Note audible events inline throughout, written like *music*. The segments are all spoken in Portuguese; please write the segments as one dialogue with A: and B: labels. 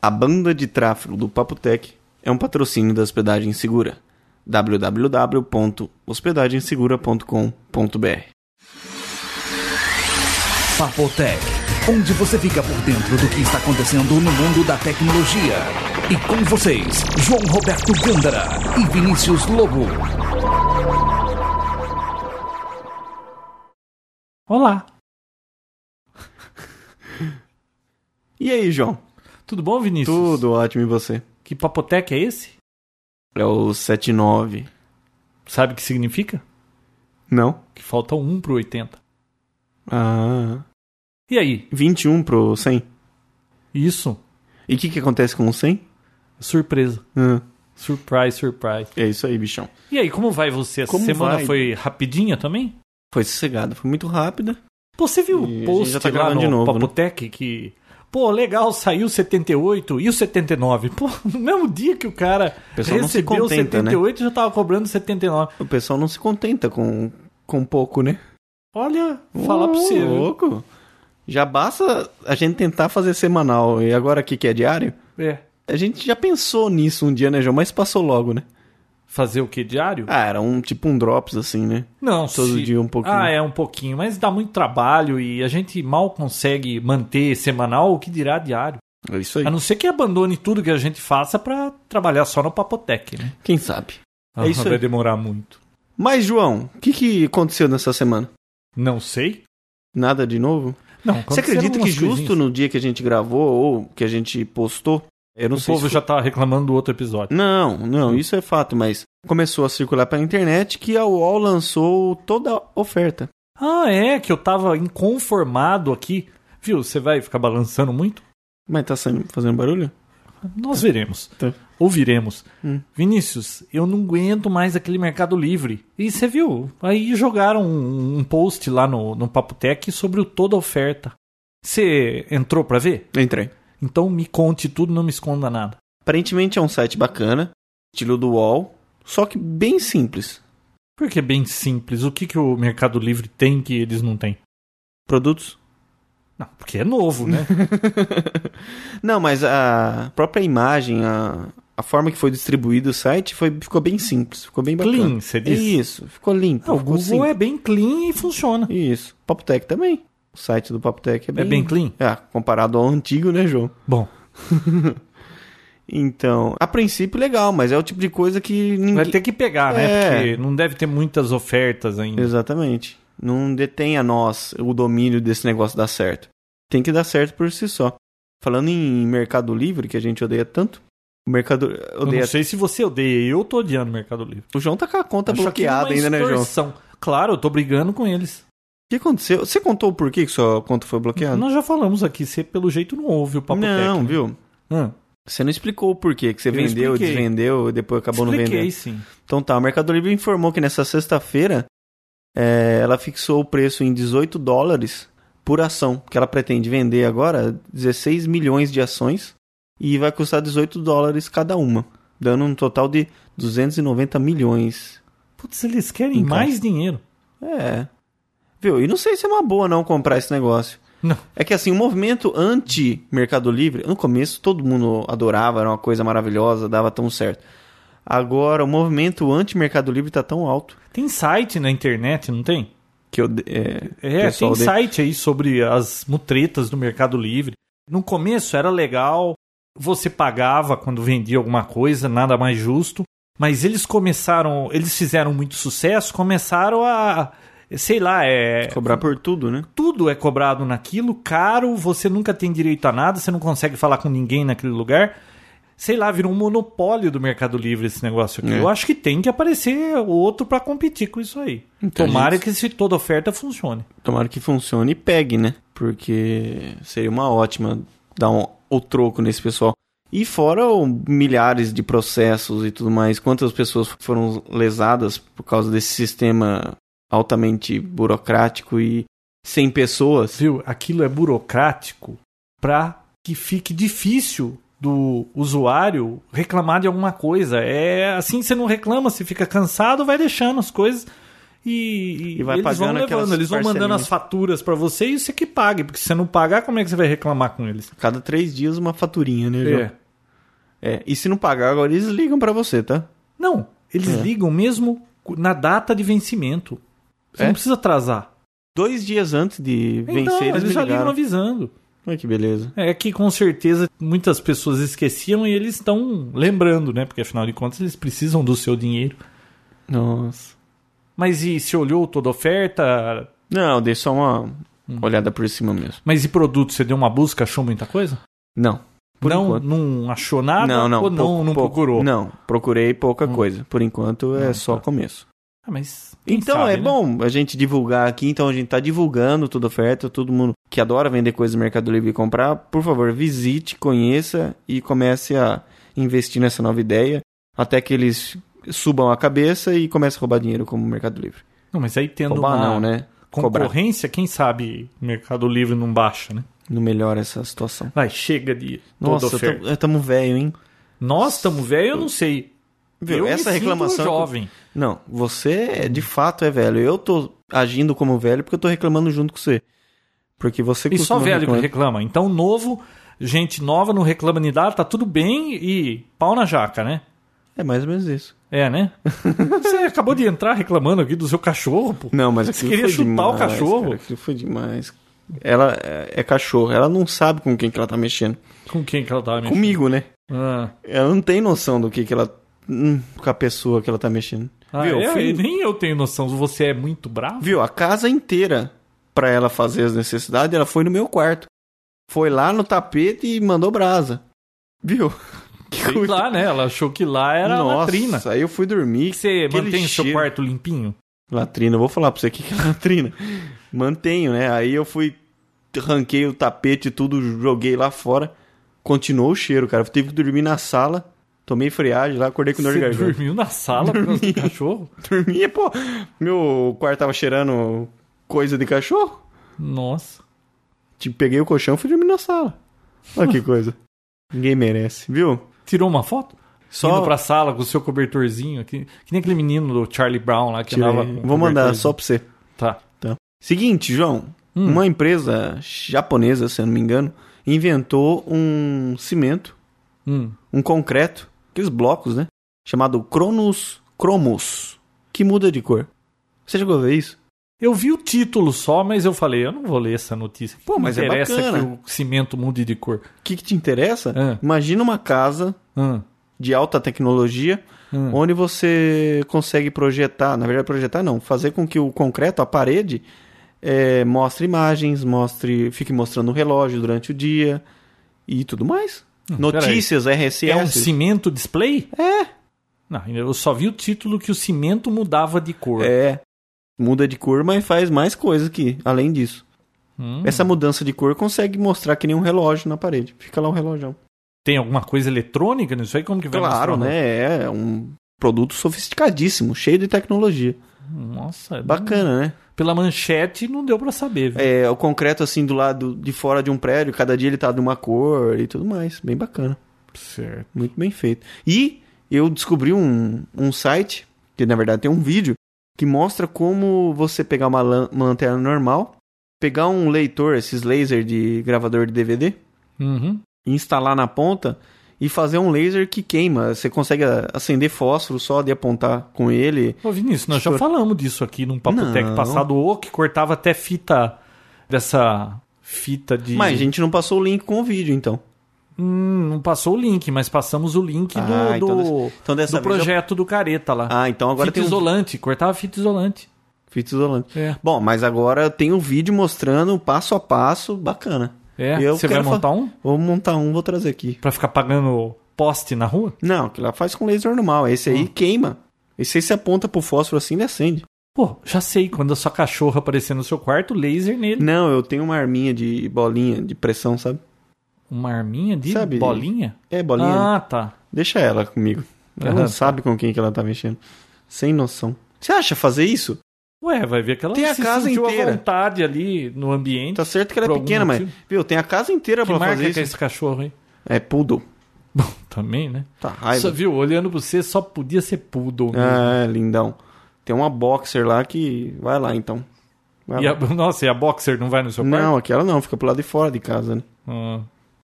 A: A banda de tráfego do Papotec é um patrocínio da Hospedagem Segura. www.hospedagensegura.com.br
B: Papotec, onde você fica por dentro do que está acontecendo no mundo da tecnologia. E com vocês, João Roberto Gândara e Vinícius Lobo.
C: Olá,
A: E aí, João?
C: tudo bom, Vinícius?
A: Tudo ótimo e você?
C: Que papoteca é esse?
A: É o 79.
C: Sabe o que significa?
A: Não?
C: Que falta um pro 80.
A: Ah.
C: E aí?
A: 21 pro 100.
C: Isso?
A: E o que, que acontece com o 100?
C: Surpresa.
A: Ah,
C: Surprise, surprise.
A: é isso aí, bichão.
C: E aí, como vai você? Essa
A: Como
C: semana
A: vai?
C: foi rapidinha também?
A: Foi sossegado, foi muito rápida.
C: Pô, você
A: E
C: viu
A: a
C: o
A: gente
C: post
A: já tá
C: lá
A: gravando
C: no
A: de novo, né?
C: Papotec que... Pô, legal, saiu o 78 e o 79. Pô, *laughs* no mesmo dia que o cara
A: O pessoal não se
C: recebeu o
A: contenta, né?
C: 78, já tava cobrando 79.
A: O pessoal não se contenta com, com pouco, né?
C: Olha, falar
A: Ô,
C: pra você. viu?
A: louco. Já basta a gente tentar fazer semanal e agora aqui que é diário.
C: É.
A: A gente já pensou nisso um dia, né, João? Mas passou logo, né?
C: Fazer o que, diário?
A: Ah, era um tipo um drops assim, né?
C: Não,
A: Todo
C: se-
A: dia um pouquinho.
C: Ah, é um pouquinho, mas dá muito trabalho e a gente mal consegue manter semanal, o que dirá diário.
A: É isso aí.
C: A não ser que abandone tudo que a gente faça pra trabalhar só no Papotec, né?
A: Quem sabe?
C: Ah,
A: isso
C: vai
A: aí.
C: demorar muito.
A: Mas, João, o que, que aconteceu nessa semana?
C: Não sei.
A: Nada de novo?
C: Não,
A: Você acredita que justo
C: no
A: no dia que a gente gravou ou que a gente postou, eu não
C: o
A: sei
C: povo
A: se
C: já tá reclamando do outro episódio.
A: Não, não, isso é fato, mas começou a circular pela internet que a UOL lançou toda a oferta.
C: Ah, é, que eu tava inconformado aqui. Viu, você vai ficar balançando muito?
A: Mas tá saindo- fazendo barulho?
C: Nós veremos.
A: Tá.
C: Ouviremos.
A: Hum.
C: Vinícius, eu não aguento mais aquele Mercado Livre. E você viu? Aí jogaram um, um post lá no, no Papotec sobre o toda oferta. Você entrou pra ver?
A: Entrei.
C: Então me conte tudo, não me esconda nada.
A: Aparentemente é um site bacana, estilo do UOL, só que bem simples.
C: Porque é bem simples. O que, que o Mercado Livre tem que eles não têm?
A: Produtos?
C: Não, porque é novo, né?
A: Não, mas a própria imagem, a, a forma que foi distribuído o site foi, ficou bem simples, ficou bem *laughs* bacana. É
C: clean, você disse.
A: Isso, ficou limpo.
C: Ah, o
A: ficou
C: Google
A: simples.
C: é bem clean e funciona.
A: Isso. Papotec também. O site do Papotec é bem...
C: É bem clean?
A: É, comparado ao antigo, né, João?
C: Bom,
A: *laughs* Então, a princípio legal, mas é o tipo de coisa que ninguém...
C: vai ter que pegar,
A: É.
C: né? Porque não deve ter muitas ofertas ainda.
A: Exatamente. Não detém a nós o domínio desse negócio dar certo. Tem que dar certo por si só. Falando em Mercado Livre, que a gente odeia tanto, o Mercado
C: Eu
A: odeia.
C: não sei se você odeia, eu tô odiando o Mercado Livre.
A: O João tá com a conta
C: Acho
A: bloqueada
C: aquilo é
A: ainda,
C: uma
A: né, João? O
C: extorsão. Claro, eu tô brigando com eles.
A: que aconteceu? Você contou o porquê que sua conta foi bloqueada?
C: Nós já falamos aqui, você pelo jeito não ouve o papo
A: não
C: técnico.
A: viu?
C: Ah,
A: Você não explicou o porquê que você
C: Eu
A: vendeu,
C: expliquei.
A: desvendeu e depois acabou não vendendo.
C: expliquei sim.
A: Então tá, o Mercado Livre informou que nessa sexta-feira é, ela fixou o preço em 18 dólares por ação, que ela pretende vender agora 16 milhões de ações e vai custar 18 dólares cada uma, dando um total de 290 milhões.
C: Putz, eles querem
A: Então.
C: mais dinheiro.
A: É. Viu? E não sei se é uma boa não comprar esse negócio.
C: Não.
A: É que assim, o movimento anti-Mercado Livre, no começo todo mundo adorava, era uma coisa maravilhosa, dava tão certo. Agora, o movimento anti-Mercado Livre tá tão alto.
C: Tem site na internet, não tem?
A: que eu de- é,
C: É,
A: pessoal
C: tem
A: de-
C: site aí sobre as mutretas do Mercado Livre. No começo era legal, você pagava quando vendia alguma coisa, nada mais justo. Mas eles começaram, eles fizeram muito sucesso, começaram a, sei lá, é
A: cobrar por tudo, né?
C: tudo é cobrado naquilo, caro, você nunca tem direito a nada, você não consegue falar com ninguém naquele lugar. Sei lá, virou um monopólio do Mercado Livre esse negócio aqui.
A: É.
C: Eu acho que tem que aparecer outro pra competir com isso aí.
A: Então,
C: Tomara
A: gente-
C: que se toda oferta funcione.
A: Tomara que funcione e pegue, né? Porque seria uma ótima dar um, o troco nesse pessoal. E fora o milhares de processos e tudo mais, quantas pessoas foram lesadas por causa desse sistema altamente burocrático e sem pessoas?
C: Viu? Aquilo é burocrático pra que fique difícil do usuário reclamar de alguma coisa. É assim, você não reclama, você fica cansado, vai deixando as coisas E,
A: E vai
C: eles vão
A: pagando aquelas
C: levando, eles vão mandando
A: parcelinhas.
C: as faturas pra você e você que pague, porque se você não pagar, como é que você vai reclamar com eles? É.
A: Cada três dias uma faturinha, né, João? É, E se não pagar agora, eles ligam pra você, tá?
C: Não, eles
A: É.
C: ligam mesmo na data de vencimento. Você
A: É?
C: não precisa atrasar.
A: Dois dias antes de
C: então,
A: vencer, eles,
C: eles
A: me
C: já ligam
A: ligaram.
C: avisando.
A: Olha que beleza.
C: É que com certeza muitas pessoas esqueciam e eles estão lembrando, né? Porque afinal de contas eles precisam do seu dinheiro.
A: Nossa.
C: Mas e se olhou toda a oferta?
A: Não, dei só uma
C: Hum.
A: olhada por cima mesmo.
C: Mas e produto? Você deu uma busca, achou muita coisa?
A: Não. Por
C: não,
A: enquanto.
C: não achou nada?
A: não, não.
C: Ou Ah, tá. não,
A: pouco-
C: não
A: pouco.
C: procurou?
A: Não, procurei pouca
C: Hum.
A: coisa. Por enquanto é
C: Não,
A: só
C: tá.
A: começo.
C: Ah, mas quem
A: Então
C: sabe,
A: é
C: né?
A: bom a gente divulgar aqui. Então a gente tá divulgando toda oferta. Todo mundo que adora vender coisas no Mercado Livre e comprar, por favor, visite, conheça e comece a investir nessa nova ideia. Até que eles subam a cabeça e comecem a roubar dinheiro como o Mercado Livre.
C: Não, mas aí tendo
A: Roubar
C: uma
A: não, né? Cobrar.
C: concorrência, quem sabe o Mercado Livre não baixa, né?
A: Não melhora essa situação.
C: Vai, chega de toda
A: Nossa,
C: oferta.
A: tamo, tamo velho, hein?
C: Nós estamos velho, eu não sei.
A: Viu?
C: eu
A: essa
C: me
A: reclamação. é
C: Sinto um jovem.
A: Não, você é- de fato é velho. Eu tô agindo como velho porque eu tô reclamando junto com você. Porque você
C: E só
A: costuma
C: velho que
A: reclamar-
C: reclama. Então, novo, gente nova não reclama de nada, tá tudo bem e pau na jaca, né?
A: É mais ou menos isso. *laughs*
C: É, né? Você acabou de entrar reclamando aqui do seu cachorro, pô.
A: Não, mas
C: Você
A: aquilo
C: queria
A: foi
C: chutar o
A: demais,
C: cachorro?
A: Cara, aquilo foi demais. Ela é, é cachorro, ela não sabe com quem que ela tá mexendo.
C: Com quem que ela tava mexendo?
A: Comigo, né?
C: Ah,
A: Ela não tem noção do que que ela... hum, com a pessoa que ela tá mexendo.
C: Ah,
A: Viu?
C: é?
A: Fui-
C: Nem eu tenho noção. Você é muito bravo?
A: Viu? A casa inteira pra ela fazer as necessidades, ela foi no meu quarto. Foi lá no tapete e mandou brasa. Viu? *laughs*
C: Sei lá, né? Ela achou que lá era
A: Nossa,
C: latrina.
A: aí eu fui dormir.
C: E você
A: Aquele
C: mantém o seu
A: cheiro.
C: quarto limpinho?
A: Latrina, eu vou falar pra você o que que é latrina. Mantenho, né? Aí eu fui, ranquei o tapete e tudo, joguei lá fora. Continuou o cheiro, cara. Eu tive que dormir na sala, tomei friagem lá, acordei com dor de
C: Você
A: garganta.
C: dormiu na sala por causa do cachorro?
A: *laughs* Dormia, pô. Meu quarto tava cheirando coisa de cachorro.
C: Nossa.
A: Tipo, peguei o colchão e fui dormir na sala. Olha que
C: *laughs*
A: coisa. Ninguém merece, viu?
C: Tirou uma foto?
A: Só
C: Indo pra sala com o seu cobertorzinho aqui. Que nem aquele menino do Charlie Brown lá que
A: tirei.
C: andava. com o
A: Vou mandar
C: cobertorzinho.
A: só pra você.
C: Tá.
A: Seguinte, João.
C: Hum.
A: Uma empresa japonesa, se eu não me engano, inventou um cimento,
C: Hum.
A: um concreto, aqueles blocos, né? Chamado Cronos Cromos, que muda de cor. Você chegou a ver isso?
C: Eu vi o título só, mas eu falei, eu não vou ler essa notícia.
A: Pô, mas é
C: Não interessa
A: bacana.
C: que o cimento mude de cor.
A: O que, que te interessa?
C: Ah.
A: Imagina uma casa
C: Hum,
A: de alta tecnologia,
C: hum.
A: onde você consegue projetar, na verdade projetar não, fazer com que o concreto, a parede, eh, mostre imagens, mostre, fique mostrando o relógio durante o dia e tudo mais. Notícias, RSS.
C: É um cimento display?
A: É.
C: Não, eu só vi o título que o cimento mudava de cor.
A: É. Muda de cor, mas faz mais coisa que, além disso.
C: Hum.
A: Essa mudança de cor consegue mostrar que nem um relógio na parede. Fica lá um relógio.
C: Tem alguma coisa eletrônica nisso aí? Como que vai
A: Claro,
C: mostrar?
A: né? É um produto sofisticadíssimo, cheio de tecnologia.
C: Nossa, é
A: Bacana, né?
C: pela manchete não deu pra saber. viu?
A: É, o concreto assim do lado de fora de um prédio, cada dia ele tá de uma cor e tudo mais. Bem bacana.
C: Certo.
A: Muito bem feito. E eu descobri um, um site, que na verdade tem um vídeo, que mostra como você pegar uma, lan- uma lanterna normal, pegar um leitor, esses laser de gravador de DVD,
C: Uhum.
A: e instalar na ponta e fazer um laser que queima. Você consegue a- acender fósforo só de apontar com ele.
C: Ô, Vinícius, nós já
A: Estoura-
C: falamos disso aqui num Papotec
A: Não.
C: passado, o que cortava até fita dessa fita de.
A: Mas a gente não passou o link com o vídeo, então.
C: Hum, não passou o link, mas passamos o link do,
A: Ah, então
C: do,
A: Então dessa
C: do
A: vez eu-
C: projeto do Careta lá.
A: Ah, então agora
C: fita
A: tem um...
C: isolante, cortava fita isolante.
A: fita isolante.
C: É.
A: Bom, mas agora tem um vídeo mostrando passo a passo, bacana. E eu
C: É, Você vai
A: quero fa-
C: montar um?
A: Vou montar um, vou trazer aqui.
C: Pra ficar pagando poste na rua?
A: Não, que lá faz com laser normal. Esse
C: Hum.
A: aí queima. Esse aí se aponta pro fósforo assim, ele acende.
C: Pô, já sei, quando a sua cachorra aparecer no seu quarto, laser nele.
A: Não, eu tenho uma arminha de bolinha de pressão, sabe?
C: Uma arminha de
A: Sabe-
C: bolinha?
A: É bolinha.
C: Ah, tá.
A: Deixa ela comigo. Ela
C: Aham,
A: não
C: tá.
A: sabe com quem que ela tá mexendo. Sem noção. Você acha fazer isso?
C: Ué, vai ver que ela
A: Tem a
C: se
A: casa
C: sentiu à
A: inteira.
C: vontade ali no ambiente.
A: Tá certo que ela
C: Por
A: é
C: algum
A: pequena, mas.
C: motivo.
A: Viu, tem a casa inteira
C: que
A: pra
C: marca
A: fazer
C: que é
A: isso.
C: esse cachorro aí?
A: É poodle.
C: Bom, também, né?
A: Tá
C: Só,
A: raiva.
C: viu, olhando pra você, só podia ser poodle. né?
A: Ah, lindão. Tem uma boxer lá que. Vai lá então. Vai
C: E a-
A: lá.
C: *laughs* nossa, e a boxer não vai no seu quarto?
A: Não, aquela não, fica pro lado de fora de casa, né?
C: Ah.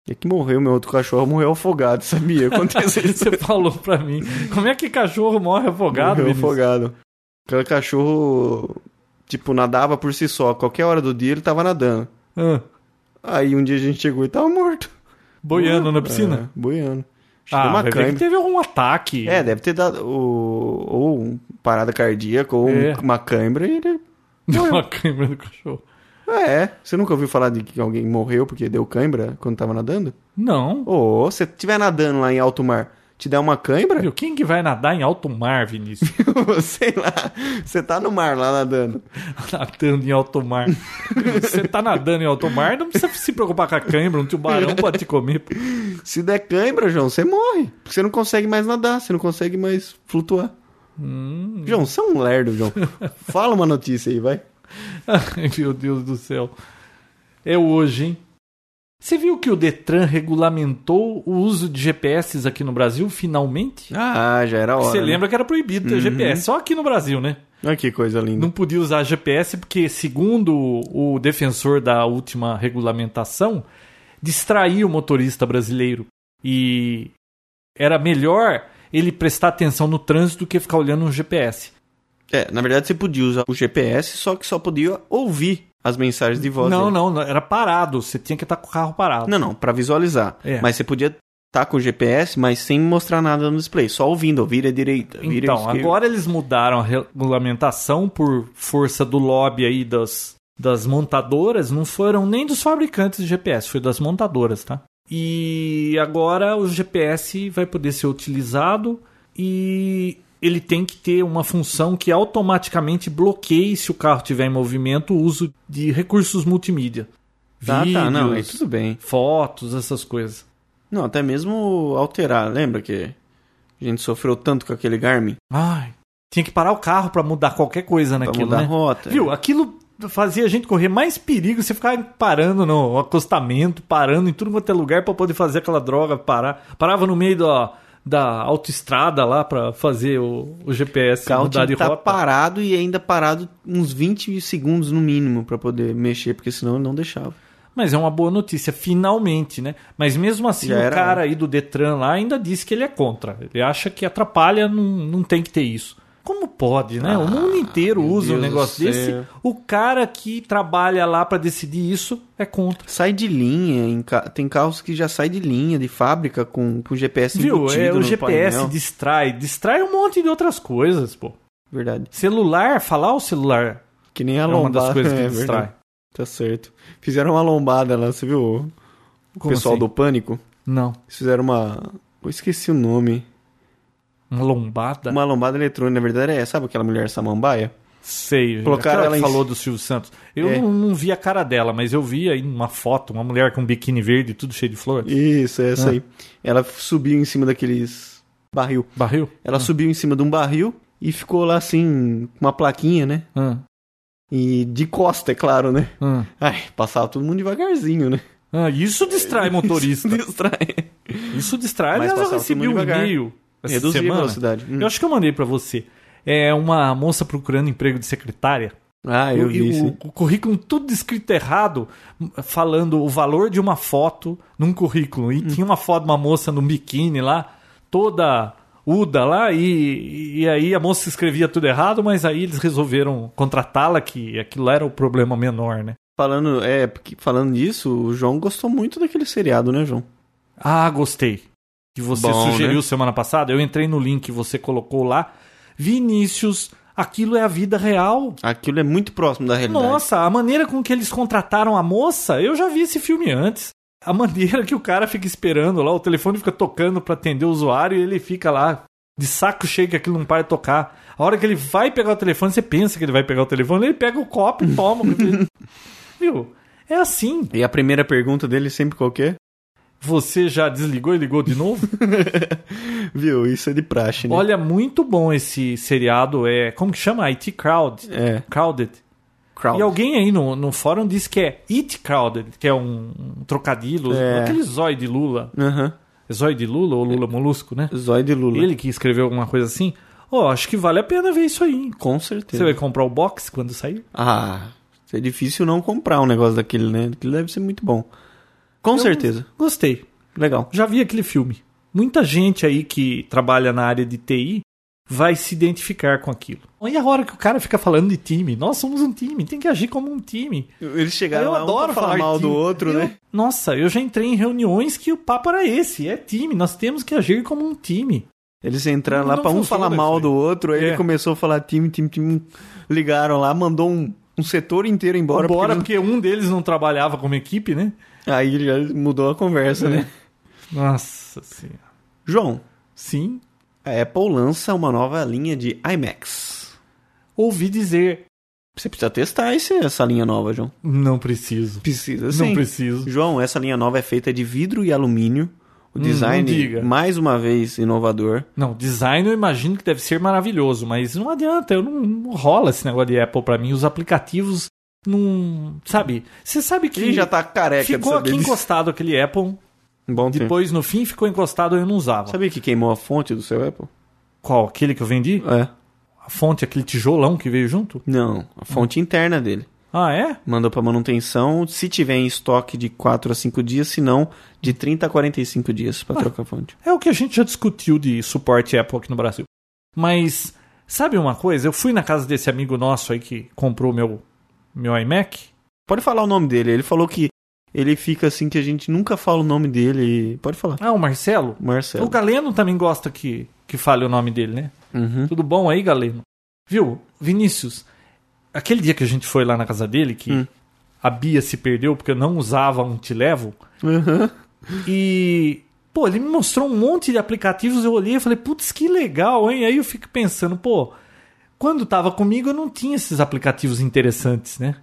A: E que morreu, meu outro cachorro morreu afogado, *laughs* sabia? Aconteceu isso.
C: *laughs* Você falou pra mim. Como é que cachorro morre afogado?
A: morreu
C: Vinícius?
A: afogado. Aquele cachorro, tipo, nadava por si só. Qualquer hora do dia ele tava nadando.
C: Ah,
A: Aí um dia a gente chegou e tava morto.
C: boiando na piscina?
A: É, boiando. Acho que
C: Ah,
A: deu uma
C: vai ver que
A: cãibra.
C: teve algum ataque. *laughs*
A: É, deve ter dado o, ou um parada cardíaca ou um-
C: É.
A: uma cãibra e ele...
C: uma cãibra do cachorro.
A: É, você nunca ouviu falar de que alguém morreu porque deu cãibra quando tava nadando?
C: Não.
A: Ô, se você estiver nadando lá em alto mar, te der uma cãibra?
C: Viu? Quem que vai nadar em alto mar, Vinícius?
A: *laughs*
C: *laughs*
A: Sei lá, você tá no mar lá nadando.
C: nadando em alto mar. Você tá nadando em alto mar, não precisa se preocupar com a cãibra,
A: *laughs*
C: um tubarão pode te comer. pô.
A: Se der cãibra, João, você morre. Porque você não consegue mais nadar, você não consegue mais flutuar.
C: Hum.
A: João, você é um lerdo,
C: *laughs*
A: João. Fala uma notícia aí, vai.
C: Ai, meu Deus do céu. É hoje, hein? Você viu que o Detran regulamentou o uso de GPS aqui no Brasil, finalmente?
A: Ah, já era hora.
C: Você
A: né?
C: lembra que era proibido ter GPS, só aqui no Brasil, né?
A: Olha que coisa linda.
C: Não podia usar GPS porque, segundo o defensor da última regulamentação, distraía o motorista brasileiro. E era melhor ele prestar atenção no trânsito do que ficar olhando um no GPS.
A: É, na verdade você podia usar o GPS, só que só podia ouvir as mensagens de voz.
C: Não,
A: dele.
C: não, não, era parado. Você tinha que estar com o carro parado.
A: Não, não, pra visualizar.
C: É.
A: Mas você podia estar com o GPS, mas sem mostrar nada no display, só ouvindo, ó, vira à direita, vira à
C: Então,
A: esquerda.
C: agora eles mudaram a regulamentação por força do lobby aí das, das montadoras, não foram nem dos fabricantes de GPS, foi das montadoras, tá? E agora o GPS vai poder ser utilizado e ele tem que ter uma função que automaticamente bloqueie, se o carro estiver em movimento, o uso de recursos multimídia.
A: Tá,
C: Vídeos,
A: tá, não, aí tudo bem.
C: fotos, essas coisas.
A: Não, até mesmo alterar, lembra que a gente sofreu tanto com aquele Garmin?
C: Ai, tinha que parar o carro pra mudar qualquer coisa
A: Pra
C: naquilo,
A: mudar
C: né?
A: a rota.
C: Viu? Aquilo fazia a gente correr mais perigo você ficar parando no acostamento, parando em tudo quanto é lugar pra poder fazer aquela droga parar. Parava no meio da, da autoestrada lá pra fazer o, o
A: O
C: GPS
A: carro
C: mudar
A: tinha
C: de
A: que tá
C: rota.
A: parado e ainda parado uns 20 segundos no mínimo pra poder mexer, porque senão ele não deixava.
C: Mas é uma boa notícia, finalmente, né? Mas mesmo assim,
A: Já
C: o
A: era né?
C: cara aí do Detran lá ainda disse que ele é contra. Ele acha que atrapalha, não, não tem que ter isso. Como pode, né? o mundo inteiro
A: Ah, meu
C: usa um
A: Deus do
C: negócio desse.
A: céu.
C: O cara que trabalha lá pra decidir isso é contra.
A: Sai de linha, em ca- tem carros que já sai de linha, de fábrica, com, com GPS
C: Viu?
A: embutido
C: É, o
A: no
C: GPS
A: painel.
C: distrai. Distrai um monte de outras coisas, pô.
A: Verdade.
C: Celular, falar o celular
A: Que nem a
C: é
A: lombada.
C: uma das coisas que
A: *laughs* é
C: distrai.
A: verdade. Tá certo. Fizeram uma lombada lá, você viu? O
C: Como
A: pessoal
C: assim?
A: do Pânico.
C: Não.
A: Eles fizeram uma... Eu esqueci o nome.
C: Uma lombada?
A: Uma lombada eletrônica, na verdade, é... Sabe aquela mulher samambaia?
C: Sei. é
A: Colocaram
C: aquela
A: ela
C: que
A: em-
C: falou do Silvio Santos. Eu
A: É.
C: não, não vi a cara dela, mas eu vi aí uma foto, uma mulher com um biquíni verde, tudo cheio de flores.
A: Isso, é essa
C: Ah.
A: aí. Ela subiu em cima daqueles... Barril.
C: Barril?
A: Ela subiu em cima de um barril e ficou lá assim, com uma plaquinha, né?
C: Ah,
A: E de costa, é claro, né?
C: ah.
A: Ai, passava todo mundo devagarzinho, né?
C: Ah, isso distrai
A: *laughs*
C: motorista.
A: Distrai.
C: Isso distrai.
A: Mas
C: Aliás, eu
A: passava
C: recebi
A: todo mundo
C: um
A: devagar.
C: e-mail essa
A: Reduzia a
C: semana.
A: velocidade. Hum.
C: Eu acho que eu mandei pra você. É uma moça procurando emprego de secretária.
A: Ah, eu
C: O-
A: vi
C: e o,
A: isso.
C: o currículo tudo escrito errado, m- falando o valor de uma foto num currículo. E
A: Hum.
C: tinha uma foto de uma moça num biquíni lá, toda uda lá, e, e aí a moça escrevia tudo errado, mas aí eles resolveram contratá-la, que aquilo lá era o problema menor, né?
A: Falando, é, porque- falando disso, o João gostou muito daquele seriado, né, João?
C: Ah, gostei. Que você
A: Bom,
C: sugeriu
A: né?
C: semana passada. Eu entrei no link que você colocou lá. Vinícius, aquilo é a vida real.
A: Aquilo é muito próximo da realidade.
C: Nossa, a maneira com que eles contrataram a moça, eu já vi esse filme antes. A maneira que o cara fica esperando lá, o telefone fica tocando pra atender o usuário e ele fica lá de saco cheio que aquilo não para de tocar. A hora que ele vai pegar o telefone, você pensa que ele vai pegar o telefone, ele pega o copo e toma. Viu? É assim.
A: E a primeira pergunta dele sempre qual que é?
C: Você já desligou e ligou de novo?
A: Viu, isso é de praxe, né?
C: Olha, muito bom esse seriado. É, como que chama? IT Crowd.
A: É,
C: Crowded.
A: crowd.
C: E alguém aí no, no fórum disse que é It Crowded, que é um, um trocadilho,
A: É.
C: aquele zóio de Lula.
A: Aham.
C: É zóio de Lula ou Lula Molusco, né?
A: Zóio de Lula.
C: Ele que escreveu alguma coisa assim. Ó, acho que vale a pena ver isso aí. hein?
A: Com
C: Você
A: certeza.
C: vai comprar o box quando sair?
A: Ah, isso é difícil não comprar um negócio daquele, né? Aquilo deve ser muito bom. Com certeza.
C: Gostei.
A: Legal.
C: Já vi aquele filme. Muita gente aí que trabalha na área de TI vai se identificar com aquilo. E a hora que o cara fica falando de time? Nós somos um time, tem que agir como um time.
A: Eles
C: eu adoro falar,
A: um mal
C: time.
A: do outro,
C: Eu-
A: né?
C: Nossa, eu já entrei em reuniões que o papo era esse, é time, nós temos que agir como um time.
A: Eles entraram lá
C: Não
A: pra um
C: funciona
A: falar mal
C: isso aí.
A: do outro, aí
C: É.
A: ele começou a falar time, time, time. Ligaram lá, mandou um, um setor inteiro embora.
C: Bora,
A: porque não-
C: porque, um deles não trabalhava como equipe, né?
A: Aí já mudou a conversa, *laughs* né?
C: Nossa senhora.
A: João,
C: Sim,
A: a Apple lança uma nova linha de iMacs.
C: ouvi dizer,
A: Você precisa testar esse- essa linha nova, João.
C: não preciso.
A: Precisa
C: Não
A: sim.
C: preciso.
A: João, essa linha nova é feita de vidro e alumínio. O
C: Hum,
A: design,
C: não diga.
A: mais uma vez, inovador.
C: Não, design eu imagino que deve ser maravilhoso, mas não adianta, eu não, não rola esse negócio de Apple pra mim, os aplicativos não, sabe? Você sabe que
A: Ele já tá careca
C: ficou
A: de
C: aqui
A: saber disso.
C: encostado aquele Apple,
A: Um Bom tempo.
C: depois no fim ficou encostado e eu não usava.
A: Sabia que queimou a fonte do seu Apple?
C: Qual? Aquele que eu vendi?
A: É.
C: A fonte, aquele tijolão que veio junto?
A: Não, a fonte interna dele.
C: Ah, é?
A: Mandou pra manutenção, se tiver em estoque de 4 a 5 dias, se não, de 30 a 45 dias pra trocar a fonte.
C: É o que a gente já discutiu de suporte Apple aqui no Brasil. Mas, sabe uma coisa? Eu fui na casa desse amigo nosso aí que comprou meu, meu iMac.
A: Pode falar o nome dele, ele falou que ele fica assim que a gente nunca fala o nome dele. Pode falar.
C: Ah, o Marcelo? O
A: Marcelo.
C: Galeno também gosta que, que fale o nome dele, né?
A: Uhum.
C: Tudo bom aí, Galeno? Viu? Vinícius, aquele dia que a gente foi lá na casa dele, que
A: Hum.
C: a Bia se perdeu porque eu não usava um te levo,
A: Uhum.
C: E, pô, ele me mostrou um monte de aplicativos, eu olhei e falei, putz, que legal, hein? Aí eu fico pensando, pô, quando tava comigo eu não tinha esses aplicativos interessantes, né?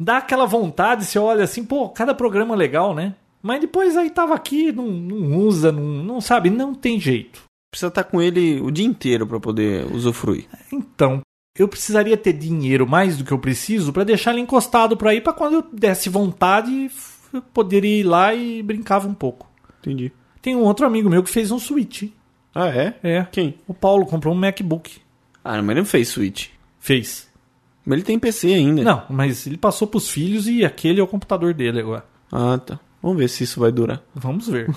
C: Dá aquela vontade, você olha assim, pô, cada programa é legal, né? Mas depois aí tava aqui, não, não usa, não, não sabe, não tem jeito.
A: Precisa estar com ele o dia inteiro pra poder usufruir.
C: Então, eu precisaria ter dinheiro mais do que eu preciso pra deixar ele encostado por aí, pra quando eu desse vontade, f- eu poderia ir lá e brincava um pouco.
A: Entendi.
C: Tem um outro amigo meu que fez um Switch. hein?
A: Ah, é?
C: É.
A: Quem?
C: O Paulo comprou um MacBook.
A: Ah, mas ele não fez Switch.
C: Fez.
A: Mas ele tem PC ainda.
C: Não, mas ele passou pros filhos e aquele é o computador dele agora.
A: Ah, tá. Vamos ver se isso vai durar. *laughs*
C: Vamos ver.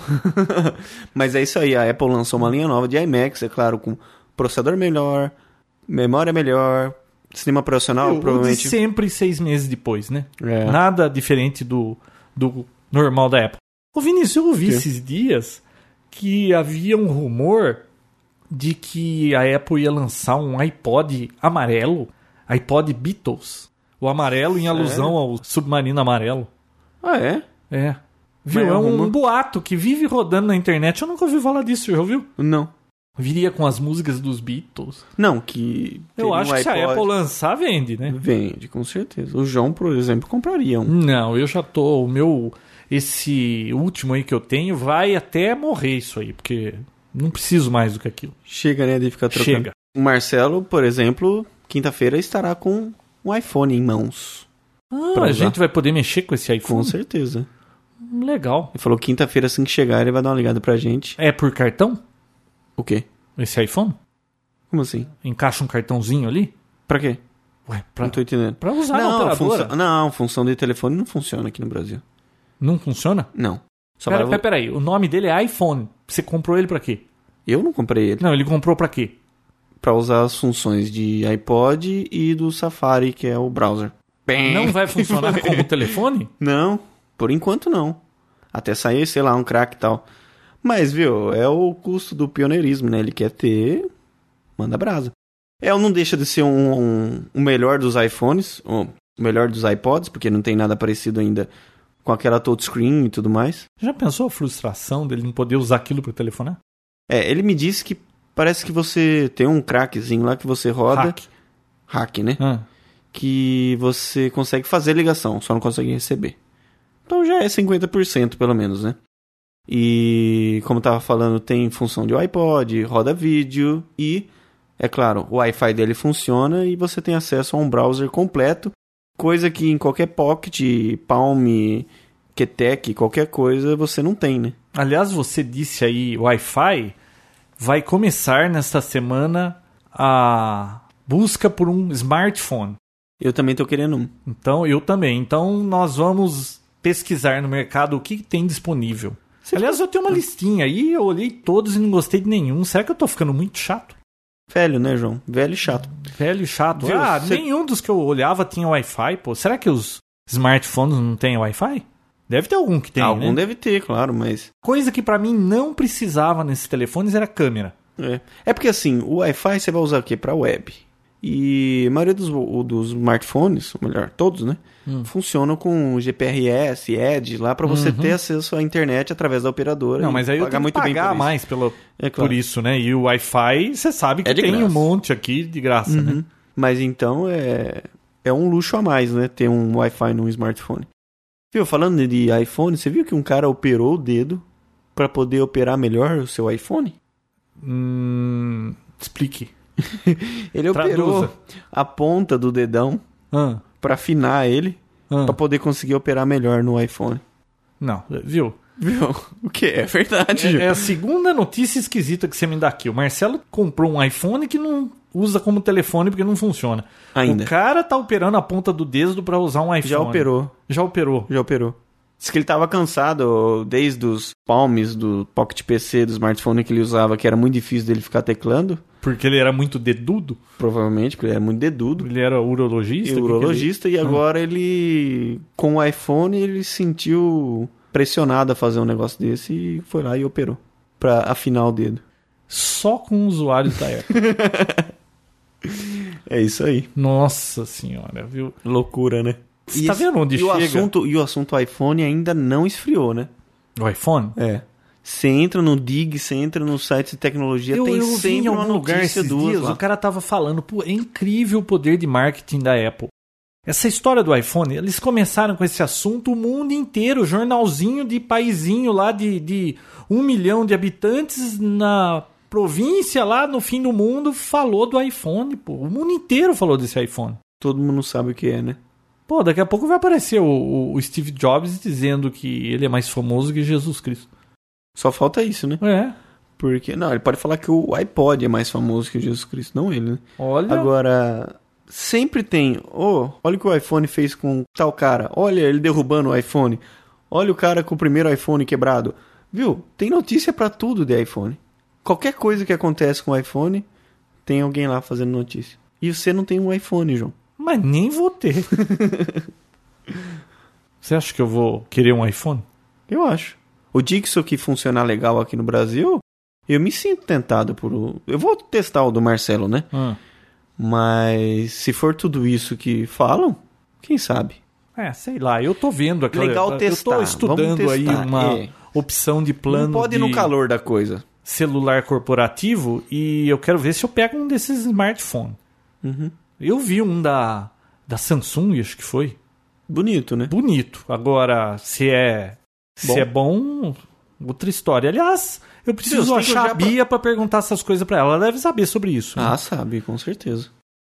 A: Mas é isso aí, a Apple lançou uma linha nova de iMacs, é claro, com processador melhor, memória melhor, cinema profissional,
C: O de
A: provavelmente.
C: sempre seis meses depois, né?
A: É.
C: Nada diferente do, do normal da Apple. Ô Vinícius, eu ouvi
A: Quê?
C: esses dias que havia um rumor de que a Apple ia lançar um iPod amarelo, iPod Beatles. O amarelo em alusão ao submarino amarelo.
A: Ah, é?
C: É. Viu?
A: Mas é
C: É
A: um
C: um
A: rumor?
C: boato que vive rodando na internet. Eu nunca ouvi falar disso, já ouviu?
A: Não.
C: Viria com as músicas dos Beatles.
A: Não, que.
C: Eu
A: teria
C: acho
A: um
C: que se a
A: iPod-
C: Apple lançar, vende, né?
A: Vende, com certeza. O João, por exemplo, compraria um.
C: Não, eu já tô. O meu. Esse último aí que eu tenho vai até morrer isso aí, porque não preciso mais do que aquilo.
A: Chega, né, de ficar trocando.
C: Chega.
A: O Marcelo, por exemplo, quinta-feira estará com um iPhone em mãos.
C: Ah,
A: Pra
C: a
A: usar.
C: gente vai poder mexer com esse
A: Com
C: iPhone?
A: certeza.
C: Legal.
A: Ele falou que quinta-feira, assim que chegar, ele vai dar uma ligada pra gente.
C: É por cartão?
A: O quê?
C: Esse iPhone?
A: Como assim?
C: Encaixa um cartãozinho ali?
A: Pra quê?
C: Ué, pra,
A: Não tô entendendo.
C: pra usar na
A: não,
C: operadora.
A: função, não, função de telefone não funciona aqui no Brasil.
C: Não funciona?
A: Não. Só
C: Pera,
A: vai-
C: pera, peraí, o nome dele é iPhone. Você comprou ele pra quê?
A: Eu não comprei ele.
C: Não, ele comprou pra quê?
A: Pra usar as funções de iPod e do Safari, que é o browser. Bem.
C: Não *laughs* vai funcionar como telefone?
A: Não, por enquanto não. Até sair, sei lá, um crack e tal. Mas, viu, é o custo do pioneirismo, né? Ele quer ter, manda brasa. É, não deixa de ser um, um- o melhor dos iPhones, ou o melhor dos iPods, porque não tem nada parecido ainda com aquela touchscreen e tudo mais.
C: Já pensou a frustração dele não poder usar aquilo pra telefonar?
A: É, ele me disse que parece que você tem um crackzinho lá que você roda.
C: Hack.
A: hack né?
C: Ah,
A: que você consegue fazer ligação, só não consegue receber. Então já é 50% pelo menos, né? E como eu tava falando, tem função de iPod, roda vídeo e, é claro, o Wi-Fi dele funciona e você tem acesso a um browser completo, coisa que em qualquer Pocket, Palm, Ketec, qualquer coisa você não tem, né?
C: Aliás, você disse aí Wi-Fi vai começar nesta semana a busca por um smartphone.
A: Eu também tô querendo um.
C: Então, eu também. Então, nós vamos pesquisar no mercado o que que tem disponível. Aliás, eu tenho uma listinha aí, eu olhei todos e não gostei de nenhum. Será que eu tô ficando muito chato?
A: Velho, né, João? Velho e chato.
C: Velho e chato.
A: Viu?
C: Ah,
A: Cê-
C: nenhum dos que eu olhava tinha Wi-Fi, pô. Será que os smartphones não têm Wi-Fi? Deve ter algum que tem,
A: Algum
C: né?
A: deve ter, claro, mas.
C: Coisa que pra mim não precisava nesses telefones era câmera.
A: É. É porque assim, o Wi-Fi você vai usar o quê? Pra web. E a maioria dos, o- dos smartphones, ou melhor, todos, né?
C: Hum.
A: Funcionam com GPRS, Edge, lá pra você ter acesso à internet através da operadora.
C: Uhum. Não,
A: e
C: mas aí eu tenho que
A: bem
C: pagar
A: por isso.
C: mais pelo,
A: É claro.
C: por isso, né? E o Wi-Fi, você sabe que
A: É de
C: tem
A: graça. Uhum.
C: um monte aqui de graça, né?
A: Mas então é, é um luxo a mais, né? Ter um Wi-Fi num smartphone. Viu, falando de iPhone, você viu que um cara operou o dedo pra poder operar melhor o seu iPhone?
C: Hum, explique.
A: Ele operou
C: Traduza.
A: a ponta do dedão
C: Ah,
A: pra afinar ele,
C: ah.
A: pra poder conseguir operar melhor no iPhone.
C: Não, viu?
A: Viu? O que é verdade. Ju.
C: É, é a segunda notícia esquisita que você me dá aqui. O Marcelo comprou um iPhone que não usa como telefone porque não funciona.
A: Ainda.
C: O cara tá operando a ponta do dedo pra usar um iPhone.
A: Já operou,
C: Já operou.
A: já operou. Diz que ele tava cansado desde os palmes do Pocket PC, do smartphone que ele usava, que era muito difícil dele ficar teclando.
C: Porque ele era muito dedudo.
A: Provavelmente, porque ele era muito dedudo.
C: Ele era urologista.
A: e
C: o que que ele-
A: urologista, e agora ele, com o iPhone, ele se sentiu pressionado a fazer um negócio desse e foi lá e operou pra afinar o dedo.
C: Só com usuários da época.
A: É isso aí.
C: Nossa senhora, viu?
A: Loucura, né?
C: Você tá vendo onde
A: e O
C: chega?
A: assunto, e o assunto iPhone ainda não esfriou, né?
C: O iPhone?
A: É. Você entra no Dig, você entra no site de tecnologia, tem
C: vi
A: sempre uma notícia duas lá.
C: o cara tava falando, pô, é incrível o poder de marketing da Apple. Essa história do iPhone, eles começaram com esse assunto o mundo inteiro, jornalzinho de paizinho lá de, de um milhão de habitantes na província lá no fim do mundo falou do iPhone, pô. O mundo inteiro falou desse iPhone.
A: Todo mundo sabe o que é, né?
C: Pô, daqui a pouco vai aparecer o- o, o Steve Jobs dizendo que ele é mais famoso que Jesus Cristo.
A: Só falta isso, né?
C: É,
A: Porque, não, ele pode falar que o iPod é mais famoso que o Jesus Cristo, não ele, né?
C: olha...
A: Agora, sempre tem, ô, olha o que o iPhone fez com tal cara. Olha ele derrubando o iPhone. Olha o cara com o primeiro iPhone quebrado. Viu? Tem notícia pra tudo de iPhone. Qualquer coisa que acontece com o iPhone, tem alguém lá fazendo notícia. E você não tem um iPhone, João.
C: Mas nem vou ter. Você acha que eu vou querer um iPhone?
A: Eu acho. O dia que isso aqui funcionar legal aqui no Brasil, eu me sinto tentado por. o- Eu vou testar o do Marcelo, né? Mas se for tudo isso que falam, quem sabe?
C: É, sei lá. Eu tô vendo aquela.
A: Legal
C: Eu
A: testar,
C: tô
A: vamos
C: estudando aí
A: testar,
C: uma
A: é.
C: opção de plano
A: não pode ir
C: de
A: no calor da coisa.
C: celular corporativo e eu quero ver se eu pego um desses smartphones.
A: Uhum.
C: Eu vi um da da Samsung, acho que foi.
A: Bonito, né?
C: Bonito. Agora, se é
A: Bom.
C: se é bom, outra história. Aliás, eu preciso
A: Deus, tem que
C: achar a
A: olhar pra-
C: Bia pra perguntar essas coisas pra ela. Ela deve saber sobre isso. né?
A: Ah, sabe, com certeza.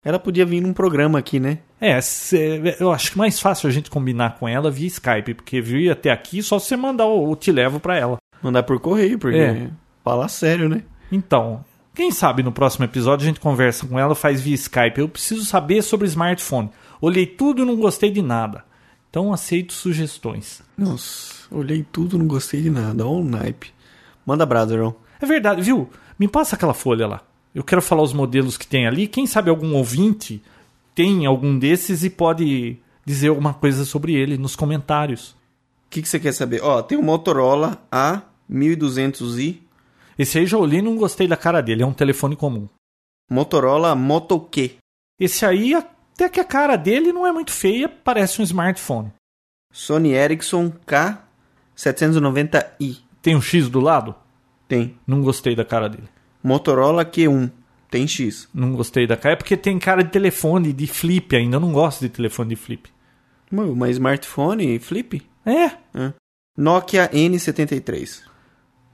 A: Ela podia vir num programa aqui, né?
C: É, cê- eu acho que é mais fácil a gente combinar com ela via Skype, porque vir até aqui só se você mandar o, o te levo pra ela.
A: Mandar por correio, porque
C: É.
A: falar sério, né?
C: Então, quem sabe no próximo episódio a gente conversa com ela, faz via Skype. Eu preciso saber sobre smartphone. Olhei tudo e não gostei de nada. Então aceito sugestões.
A: Nossa, olhei tudo, não gostei de nada. Ó, o naipe. Manda brasa, João.
C: É verdade, viu? Me passa aquela folha lá. Eu quero falar os modelos que tem ali. Quem sabe algum ouvinte tem algum desses e pode dizer alguma coisa sobre ele nos comentários.
A: O que, que você quer saber? Ó, tem o Motorola A1200i.
C: Esse aí já olhei e não gostei da cara dele. É um telefone comum.
A: Motorola Moto Q.
C: Esse aí, até que a cara dele não é muito feia, parece um smartphone.
A: Sony Ericsson K790i.
C: Tem um X do lado?
A: Tem.
C: Não gostei da cara dele.
A: Motorola Q1. Tem X.
C: Não gostei da cara. É porque tem cara de telefone, de flip ainda. Eu não gosto de telefone de flip.
A: Mano, Mas smartphone flip?
C: É?
A: Nokia N73.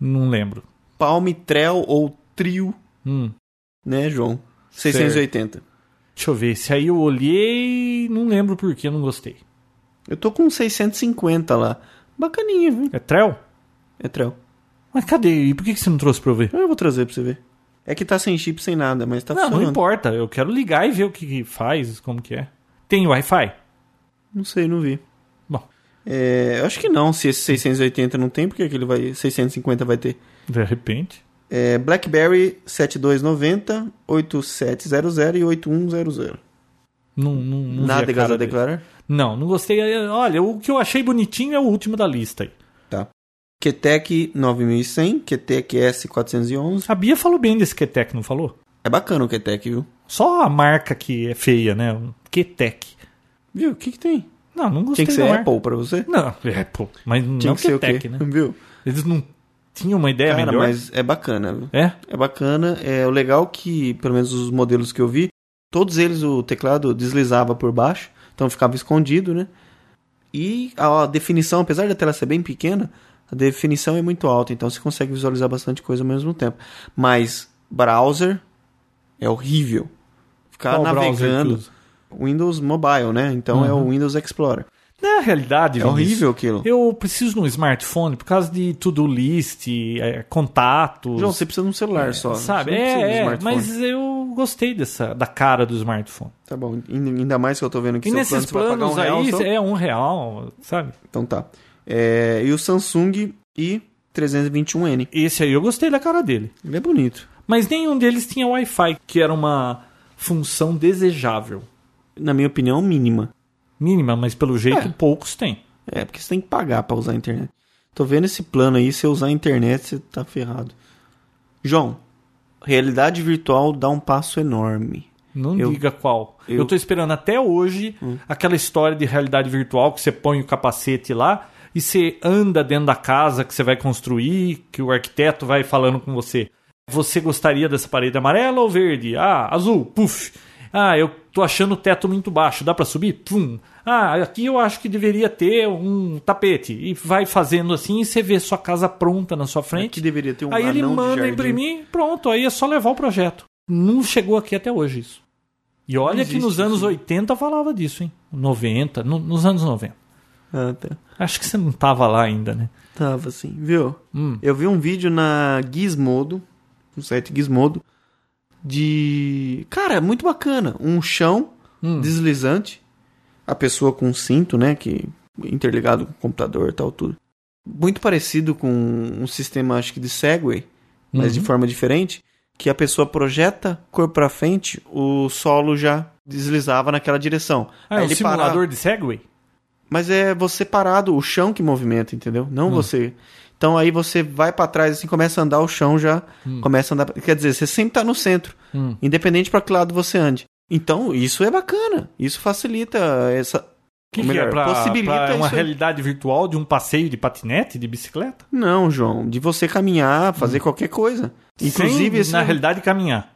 C: Não lembro.
A: Palm Treo ou Trio,
C: Hum.
A: né, João? 680.
C: Deixa eu ver. Esse aí eu olhei. Não lembro por que não gostei.
A: Eu tô com 650 lá. Bacaninha, viu?
C: É Trell?
A: É Treo.
C: Mas cadê? E por que que você não trouxe pra eu ver?
A: Eu vou trazer pra você ver. É que tá sem chip, sem nada, mas tá
C: não, não
A: funcionando.
C: importa. Eu quero ligar e ver o que que faz, como que é. Tem Wi-Fi?
A: Não sei, não vi.
C: Bom.
A: É, eu acho que não. Se esse 680 não tem, porque aquele vai 650 vai ter.
C: De repente.
A: É, BlackBerry 7290, 8700 e 8100.
C: Não, não, não vi a
A: Nada
C: cara
A: a
C: dele.
A: declarar?
C: Não, não gostei. É, Olha, o que eu achei bonitinho é o último da lista aí.
A: QTEC 9100, QTEC S411.
C: A Bia falou bem desse Ketec, não falou?
A: É bacana o QTEC, viu?
C: Só a marca que é feia, né? Um Ketec.
A: Viu? O que, que tem?
C: Não, não gostei
A: Tinha que ser
C: da marca.
A: Apple pra você?
C: Não, é Apple. Mas
A: Tinha
C: não
A: que ser o
C: Ketec,
A: quê?
C: né?
A: Viu?
C: Eles não tinham uma ideia
A: Cara,
C: melhor.
A: mas é bacana, viu?
C: É?
A: É bacana. É o legal que, pelo menos os modelos que eu vi, todos eles o teclado deslizava por baixo, então ficava escondido, né? E a definição, apesar da tela ser bem pequena, a definição é muito alta, então você consegue visualizar bastante coisa ao mesmo tempo. Mas browser é horrível. Ficar
C: Qual browser
A: navegando.
C: que usa? Uhum.
A: Windows Mobile, né? Então é o Windows Explorer.
C: Na realidade,
A: É
C: Vinícius,
A: horrível aquilo.
C: Eu preciso de um smartphone por causa de to-do list, eh, contatos.
A: João, você precisa de um celular só.
C: É, sabe?
A: Você não precisa de
C: É, é,
A: smartphone.
C: mas eu gostei dessa da cara do smartphone.
A: Tá bom, ainda mais que eu tô vendo que
C: e
A: seu
C: nesses
A: plano, você vai pagar um
C: planos
A: real
C: aí
A: só.
C: é um real, sabe?
A: Então tá. É, e o Samsung e 321N.
C: Esse aí eu gostei da cara dele.
A: Ele é bonito.
C: Mas nenhum deles tinha Wi-Fi, que era uma função desejável.
A: Na minha opinião, mínima.
C: Mínima, mas pelo
A: É.
C: jeito poucos têm.
A: É, porque você tem que pagar pra usar a internet. Tô vendo esse plano aí, se eu usar a internet, você tá ferrado. João, realidade virtual dá um passo enorme.
C: Não
A: Eu-
C: diga qual.
A: eu-
C: Eu... tô esperando até hoje aquela história de realidade virtual que você põe o capacete lá e você anda dentro da casa que você vai construir, que o arquiteto vai falando com você. Você gostaria dessa parede amarela ou verde? Ah, azul, puf. Ah, eu tô achando o teto muito baixo, dá pra subir? Pum. Ah, aqui eu acho que deveria ter um tapete. E vai fazendo assim e você vê sua casa pronta na sua frente.
A: Aqui deveria ter um
C: aí ele
A: anão de
C: manda
A: jardim.
C: imprimir, pronto, aí é só levar o projeto. Não chegou aqui até hoje isso. E olha que
A: existe
C: nos anos
A: isso.
C: 80 falava disso, hein? 90, no- nos anos 90.
A: Ah, tá.
C: Acho que você não tava lá ainda, né?
A: Tava assim, viu?
C: Hum.
A: Eu vi um vídeo na Gizmodo, no site Gizmodo, de. Cara, é muito bacana. Um chão
C: Hum.
A: deslizante. A pessoa com um cinto, né? Que interligado com o computador e tal, tudo. Muito parecido com um sistema, acho que de Segway, mas de
C: Uhum.
A: forma diferente. Que a pessoa projeta cor pra frente, o solo já deslizava naquela direção.
C: Ah, é um simulador
A: parava-
C: de Segway?
A: mas é você parado, o chão que movimenta, entendeu?
C: Hum.
A: Não você. Então aí você vai pra trás assim, começa a andar, o chão já começa a andar. Quer dizer, você sempre tá no centro,
C: Hum.
A: independente pra que lado você ande. Então isso é bacana, isso facilita essa.
C: Que
A: ou
C: que é pra,
A: possibilita
C: pra uma
A: isso aí.
C: realidade virtual de um passeio de patinete, de bicicleta?
A: Não, João, de você caminhar, fazer qualquer coisa. Inclusive,
C: Sem,
A: esse-
C: Hum. na realidade, caminhar.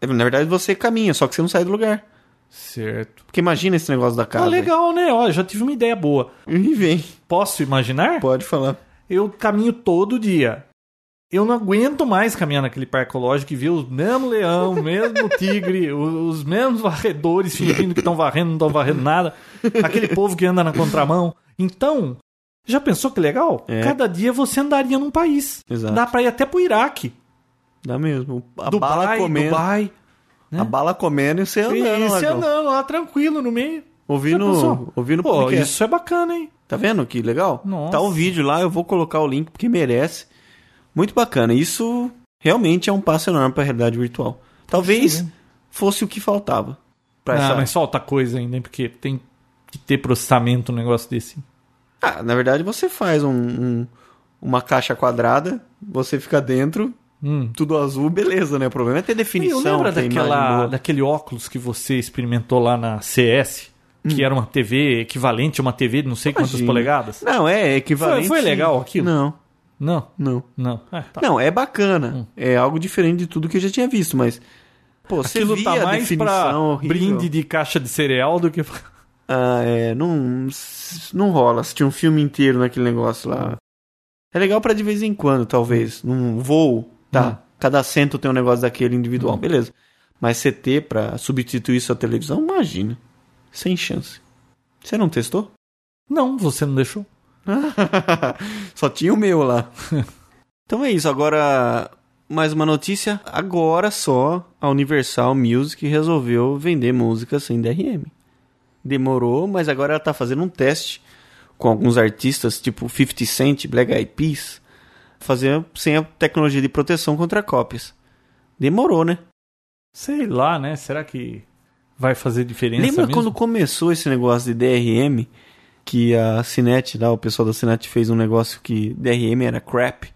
A: na verdade você caminha, só que você não sai do lugar.
C: Certo.
A: Porque imagina esse negócio da casa.
C: Ah, legal, né? Olha, já tive uma ideia boa.
A: *laughs* E vem,
C: Posso imaginar?
A: pode falar.
C: Eu caminho todo dia. Eu não aguento mais caminhar naquele parque ecológico e ver os mesmos leão, o mesmo tigre, o- os mesmos varredores fingindo que estão varrendo, não estão varrendo nada. Aquele povo que anda na contramão. Então, já pensou que legal?
A: É.
C: Cada dia você andaria num país.
A: Exato.
C: Dá pra ir até pro Iraque.
A: Dá mesmo. A bala
C: Dubai,
A: comendo.
C: Dubai. né?
A: A bala comendo e você andando.
C: e
A: lá,
C: você
A: João.
C: andando lá tranquilo no meio. Já
A: Ouvindo,
C: pensou?
A: ouvindo
C: Pô,
A: podcast.
C: isso é bacana, hein?
A: Tá vendo que legal?
C: Nossa.
A: Tá o vídeo lá, eu vou colocar o link porque merece. Muito bacana. Isso realmente é um passo enorme pra realidade virtual. Talvez
C: Sim.
A: fosse o que faltava. Pra
C: Ah,
A: essa...
C: mas falta coisa ainda, hein? porque tem que ter processamento um negócio desse.
A: Ah, na verdade você faz um- um- uma caixa quadrada, você fica dentro,
C: Hum.
A: tudo azul, beleza, né? O problema é ter definição.
C: Eu lembro
A: ter imagem
C: daquela,
A: boa.
C: daquele óculos que você experimentou lá na CS, que era uma TV equivalente a uma TV de não sei quantas
A: Hum. Imagina.
C: polegadas?
A: Não, é equivalente.
C: Foi- foi legal aquilo?
A: Não,
C: Não,
A: não.
C: não. É, tá.
A: Não, é bacana. É algo diferente de tudo que eu já tinha visto, mas. Pô, você
C: Aquilo
A: via
C: tá
A: a
C: mais pra
A: definição horrível.
C: brinde de caixa de cereal do que.
A: Ah, é, não, não rola assistir um filme inteiro naquele negócio lá. É legal pra de vez em quando, talvez. Num voo, tá? Cada assento tem um negócio daquele individual, beleza. Mas CT pra substituir sua televisão, imagina. Sem chance. Você não testou?
C: Não, você não deixou.
A: *laughs* Só tinha o meu lá. então é isso, agora mais uma notícia. Agora só a Universal Music resolveu vender música sem DRM. Demorou, mas agora ela tá fazendo um teste com alguns artistas, tipo 50 Cent, Black Eyed Peas, fazer sem a tecnologia de proteção contra cópias. Demorou, né?
C: Sei lá, né? Será que vai fazer diferença
A: Lembra
C: mesmo?
A: quando começou esse negócio de DRM? Que a Cinet, lá, o pessoal da Cinet fez um negócio que DRM era crap.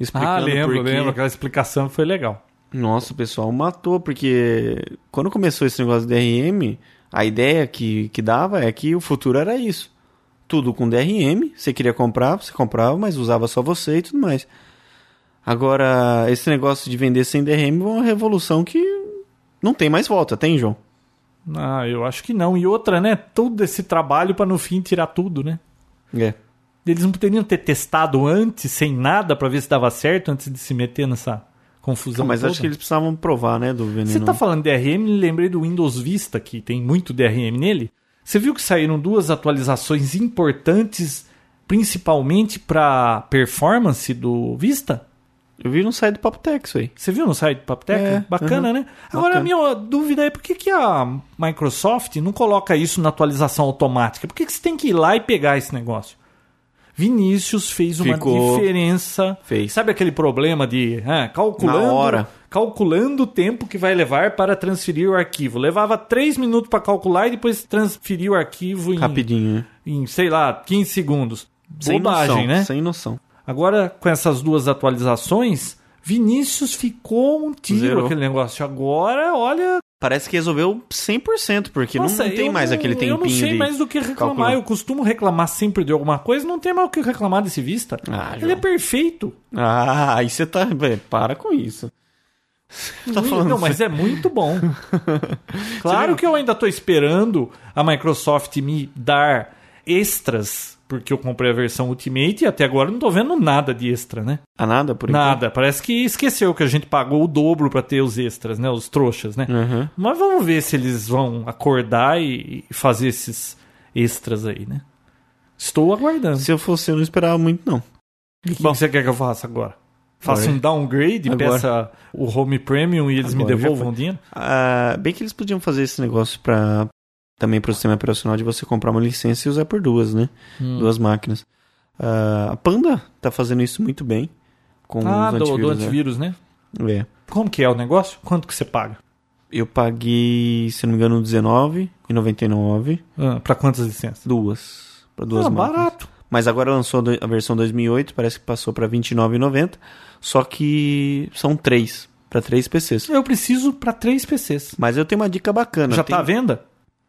A: Explicando
C: Ah, lembro,
A: por quê.
C: lembro. Aquela explicação foi legal.
A: Nossa, o pessoal matou, porque quando começou esse negócio de DRM, a ideia que, que dava é que o futuro era isso. Tudo com DRM, você queria comprar, você comprava, mas usava só você e tudo mais. Agora, esse negócio de vender sem DRM é uma revolução que não tem mais volta, tem, João?
C: Ah, eu acho que não. E outra, né? Todo esse trabalho pra no fim tirar tudo, né?
A: É.
C: Eles não poderiam ter testado antes, sem nada, pra ver se dava certo antes de se meter nessa confusão.
A: mas
C: toda.
A: acho que eles precisavam provar, né, do veneno.
C: Você tá falando de DRM, lembrei do Windows Vista, que tem muito DRM nele. Você viu que saíram duas atualizações importantes, principalmente pra performance do Vista?
A: Eu vi no site do Papo Tech isso aí.
C: Você viu no site do Papteca?
A: É,
C: Bacana, né? Agora,
A: Bacana.
C: a minha dúvida é por que, que a Microsoft não coloca isso na atualização automática? Por que, que você tem que ir lá e pegar esse negócio? Vinícius fez uma
A: Ficou.
C: diferença.
A: Fez.
C: Sabe aquele problema de ah, calculando,
A: Na hora.
C: calculando o tempo que vai levar para transferir o arquivo? Levava 3 minutos para calcular e depois transferir o arquivo em,
A: Rapidinho, né?
C: em, sei lá, 15 segundos.
A: Sem
C: Bobagem,
A: noção,
C: né?
A: Sem noção.
C: Agora, com essas duas atualizações, Vinícius ficou um tiro
A: Zerou.
C: aquele negócio. Agora, olha.
A: Parece que resolveu 100%, porque não-
C: nossa,
A: não, tem
C: eu
A: mais
C: não-
A: aquele tempinho
C: Eu não sei
A: de
C: mais do que reclamar.
A: calcular.
C: Eu costumo reclamar sempre de alguma coisa, não tem mais o que reclamar desse Vista.
A: Ah,
C: Ele
A: João.
C: é perfeito.
A: Ah, aí você tá. velho, Para com isso. Você tá falando.
C: não, mas é muito
A: *laughs*
C: bom. claro que eu ainda tô esperando a Microsoft me dar extras, porque eu comprei a versão Ultimate e até agora eu não tô vendo nada de extra, né?
A: Ah, nada por enquanto.
C: Nada, parece que esqueceu que a gente pagou o dobro pra ter os extras, né? Os trouxas, né?
A: Uhum.
C: Mas vamos ver se eles vão acordar e e fazer esses extras aí, né? Estou aguardando.
A: Se eu fosse, eu não esperava muito, não.
C: E O que você quer que eu faça agora? Faça
A: Agora.
C: um downgrade,
A: Agora.
C: peça o Home Premium e eles
A: Agora
C: me
A: já
C: devolvam
A: foi.
C: o dinheiro?
A: Ah, bem que eles podiam fazer esse negócio pra. Também pro sistema operacional de você comprar uma licença e usar por duas, né?
C: Hum.
A: Duas máquinas. Ah, a Panda tá fazendo isso muito bem. Com
C: Ah,
A: os
C: do, do
A: antivírus, né?
C: antivírus, né?
A: É.
C: Como que é o negócio? Quanto que você paga?
A: Eu paguei, se não me engano, R$19,99.
C: Ah, pra quantas licenças?
A: Duas. Pra duas
C: ah,
A: máquinas.
C: barato.
A: Mas agora lançou a do- a versão 2008, parece que passou para 29,90. Só que são três, para três PCs.
C: Eu preciso pra três PCs.
A: Mas eu tenho uma dica bacana.
C: Já
A: tem...
C: tá à venda?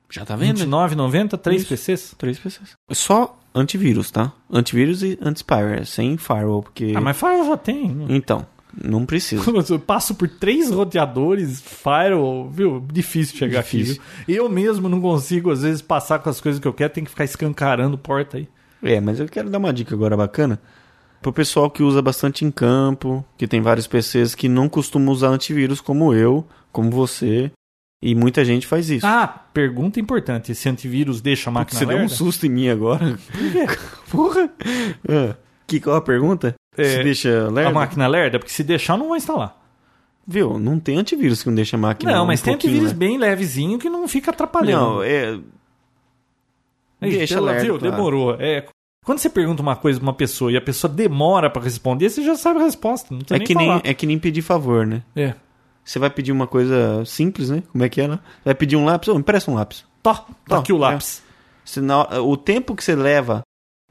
A: Já tá
C: R$ 29,90, três
A: Isso.
C: PCs?
A: Três PCs. Só antivírus, tá? Antivírus e antispyware, sem firewall, porque...
C: Ah, mas firewall já tem.
A: Então, não precisa.
C: *laughs* Eu passo por três roteadores, firewall, viu? Difícil chegar
A: Difícil.
C: aqui. Viu? Eu mesmo não consigo, às vezes, passar com as coisas que eu quero, tem que ficar escancarando porta aí.
A: É, mas eu quero dar uma dica agora bacana pro pessoal que usa bastante em campo, que tem vários PCs que não costumam usar antivírus como eu, como você, e muita gente faz isso.
C: Ah, pergunta importante: esse antivírus deixa a
A: Porque
C: máquina
A: você deu um
C: lerda?
A: susto em mim
C: *laughs*
A: agora. Porra! Ah, Que qual a pergunta?
C: É,
A: se deixa
C: A
A: lerda?
C: máquina lerda? Porque se deixar, não vai instalar.
A: Viu? Não tem antivírus que não deixa a máquina.
C: não,
A: um
C: mas tem
A: pouquinho,
C: antivírus
A: né?
C: bem levezinho que não fica atrapalhando.
A: Não, é.
C: Ei,
A: deixa
C: pela-
A: lerda,
C: viu?
A: claro.
C: Demorou. É. Quando você pergunta uma coisa pra uma pessoa e a pessoa demora pra responder, você já sabe a resposta. Não precisa
A: É
C: nem
A: que nem,
C: falar.
A: é que nem pedir favor, né?
C: É.
A: Você vai pedir uma coisa simples, né? Como é que é, né? Vai pedir um lápis? Ô, empresta um lápis.
C: Tá, tá,
A: Tá,
C: aqui o
A: é.
C: lápis.
A: Se na- o tempo que você leva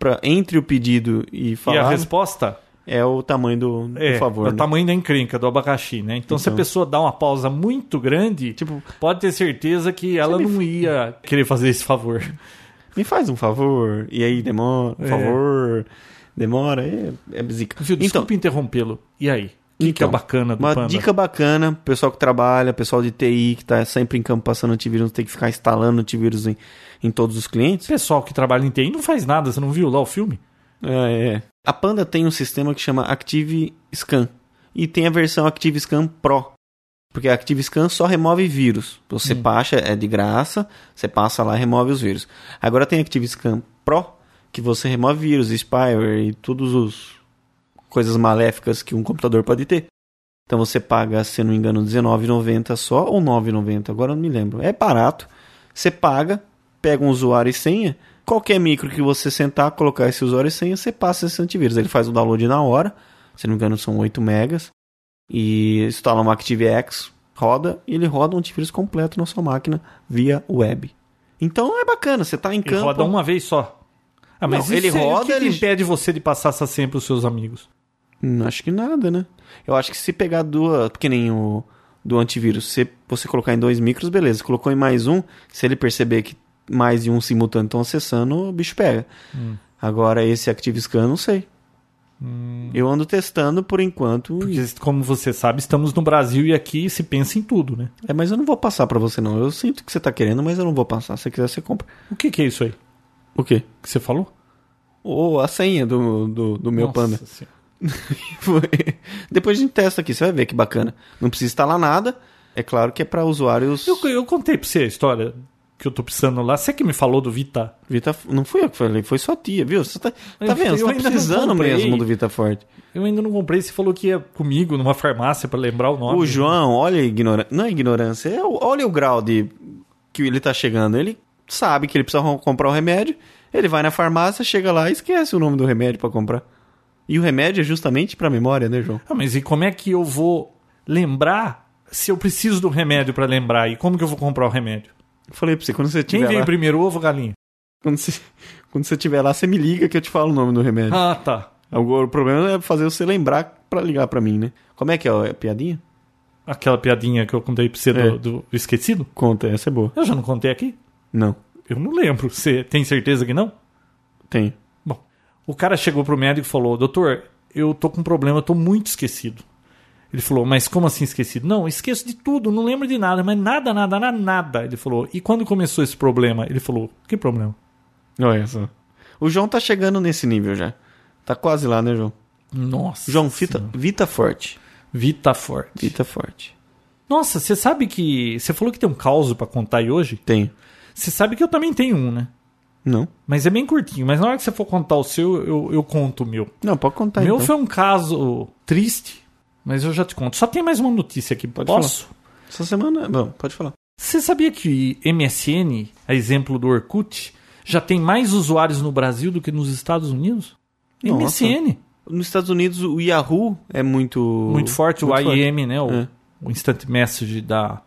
A: pra, entre o pedido e
C: E a
A: falar
C: resposta
A: é o tamanho do, do
C: É,
A: favor.
C: é o
A: né?
C: tamanho da encrenca do abacaxi, né? Então, se a
A: Então.
C: pessoa dá uma pausa muito grande,
A: Tipo,
C: pode ter certeza que ela
A: me
C: não ia querer fazer esse favor.
A: me faz um favor. E aí demora.
C: É.
A: Favor. Demora. É, é zica.
C: Viu,
A: Então,
C: desculpa interrompê-lo. E aí? O que, que é
A: Então,
C: bacana do
A: Uma
C: Panda?
A: dica bacana, pro pessoal que trabalha, pessoal de TI que tá sempre em campo passando antivírus, não tem que ficar instalando antivírus em, em todos os clientes.
C: Pessoal que trabalha em TI não faz nada, você não viu lá o filme?
A: É, é. A Panda tem um sistema que chama Active Scan e tem a versão Active Scan Pro. Porque a Active Scan só remove vírus. Você baixa, é de graça, você passa lá e remove os vírus. Agora tem a Active Scan Pro, que você remove vírus, spyware e todos os coisas maléficas que um computador pode ter. Então você paga, se não me engano, R$19,90 só ou R$9,90, agora eu não me lembro. É barato. Você paga, pega um usuário e senha. Qualquer micro que você sentar, colocar esse usuário e senha, você passa esse antivírus. Ele faz o download na hora, se não me engano são 8 megas. E instala um ActiveX, roda, e ele roda um antivírus completo na sua máquina via web. Então é bacana, você está em
C: Ele
A: campo...
C: roda um uma vez só. Ah, mas
A: Não, ele
C: isso é-
A: roda,
C: o que que
A: ele-
C: impede você de passar essa senha para os seus amigos?
A: Hum, Acho que nada, né? Eu acho que se pegar duas, que nem o do antivírus, se você colocar em dois micros, beleza. Colocou em mais um, se ele perceber que mais de um simultâneo estão acessando, o bicho pega. Agora esse ActiveScan, eu não sei. Eu ando testando por enquanto.
C: Porque, como você sabe, estamos no Brasil e aqui se pensa em tudo, né?
A: É, mas eu não vou passar pra você não. Eu sinto que você tá querendo, mas eu não vou passar. Se você quiser, você compra.
C: O que, que é isso aí
A: O quê?
C: que você falou?
A: Ou a senha do, do, do meu
C: Nossa
A: panda. *laughs*
C: Senhora.
A: Foi. Depois a gente testa aqui, você vai ver que bacana. Não precisa instalar nada. É claro que é pra usuários.
C: Eu, eu contei pra você a história que eu tô precisando lá. Você que me falou do Vita.
A: Vita, não fui eu que falei, foi sua tia, viu? Você tá, tá
C: Eu-
A: vendo? Você
C: eu
A: tá
C: ainda não
A: precisando
C: comprei.
A: mesmo do Vita Forte.
C: Eu ainda não comprei. Você falou que ia comigo numa farmácia para lembrar o nome.
A: O João, olha a ignorância. Não é ignorância, é o- olha o grau de que ele tá chegando. Ele sabe que ele precisa rom- comprar um remédio, ele vai na farmácia, chega lá e esquece o nome do remédio pra comprar. E o remédio é justamente pra memória, né, João?
C: Ah, mas e como é que eu vou lembrar se eu preciso do remédio para lembrar? E como que eu vou comprar o remédio?
A: Eu falei pra você, quando você
C: Quem
A: tiver
C: veio
A: lá,
C: primeiro, ovo ou galinha?
A: quando você, quando você tiver lá, você me liga que eu te falo o nome do remédio.
C: Ah, tá.
A: Agora, o problema é fazer você lembrar pra ligar pra mim, né? Como é que é? ó? É piadinha?
C: Aquela piadinha que eu contei pra você do,
A: É.
C: do esquecido?
A: Conta, essa é boa.
C: Eu já não contei aqui?
A: Não,
C: Eu não lembro. Você tem certeza que não?
A: tem.
C: Bom, o cara chegou pro médico e falou: Doutor, eu tô com um problema, eu tô muito esquecido. Ele falou: Mas como assim esquecido? Não, esqueço de tudo, não lembro de nada, mas nada, nada, nada, nada. Ele falou: E quando começou esse problema? Ele falou: Que problema?
A: Olha só. O João tá chegando nesse nível já. Tá quase lá, né, João?
C: Nossa.
A: João, fita, Vita Forte.
C: Vita Forte.
A: Vita Forte.
C: Nossa, você sabe que. Você falou que tem um caos pra contar aí hoje?
A: Tem.
C: Você sabe que eu também tenho um, né?
A: Não?
C: Mas é bem curtinho. Mas na hora que você for contar o seu, eu, eu conto o meu.
A: Não, pode contar
C: meu
A: então.
C: foi um caso triste, mas eu já te conto. Só tem mais uma notícia aqui.
A: Pode
C: Posso?
A: Essa semana... Bom, pode falar.
C: Você sabia que MSN, a exemplo do Orkut, já tem mais usuários no Brasil do que nos Estados Unidos?
A: Nossa.
C: MSN.
A: Nos Estados Unidos, o Yahoo é muito...
C: Muito forte o IM, né? O,
A: É.
C: o Instant Message da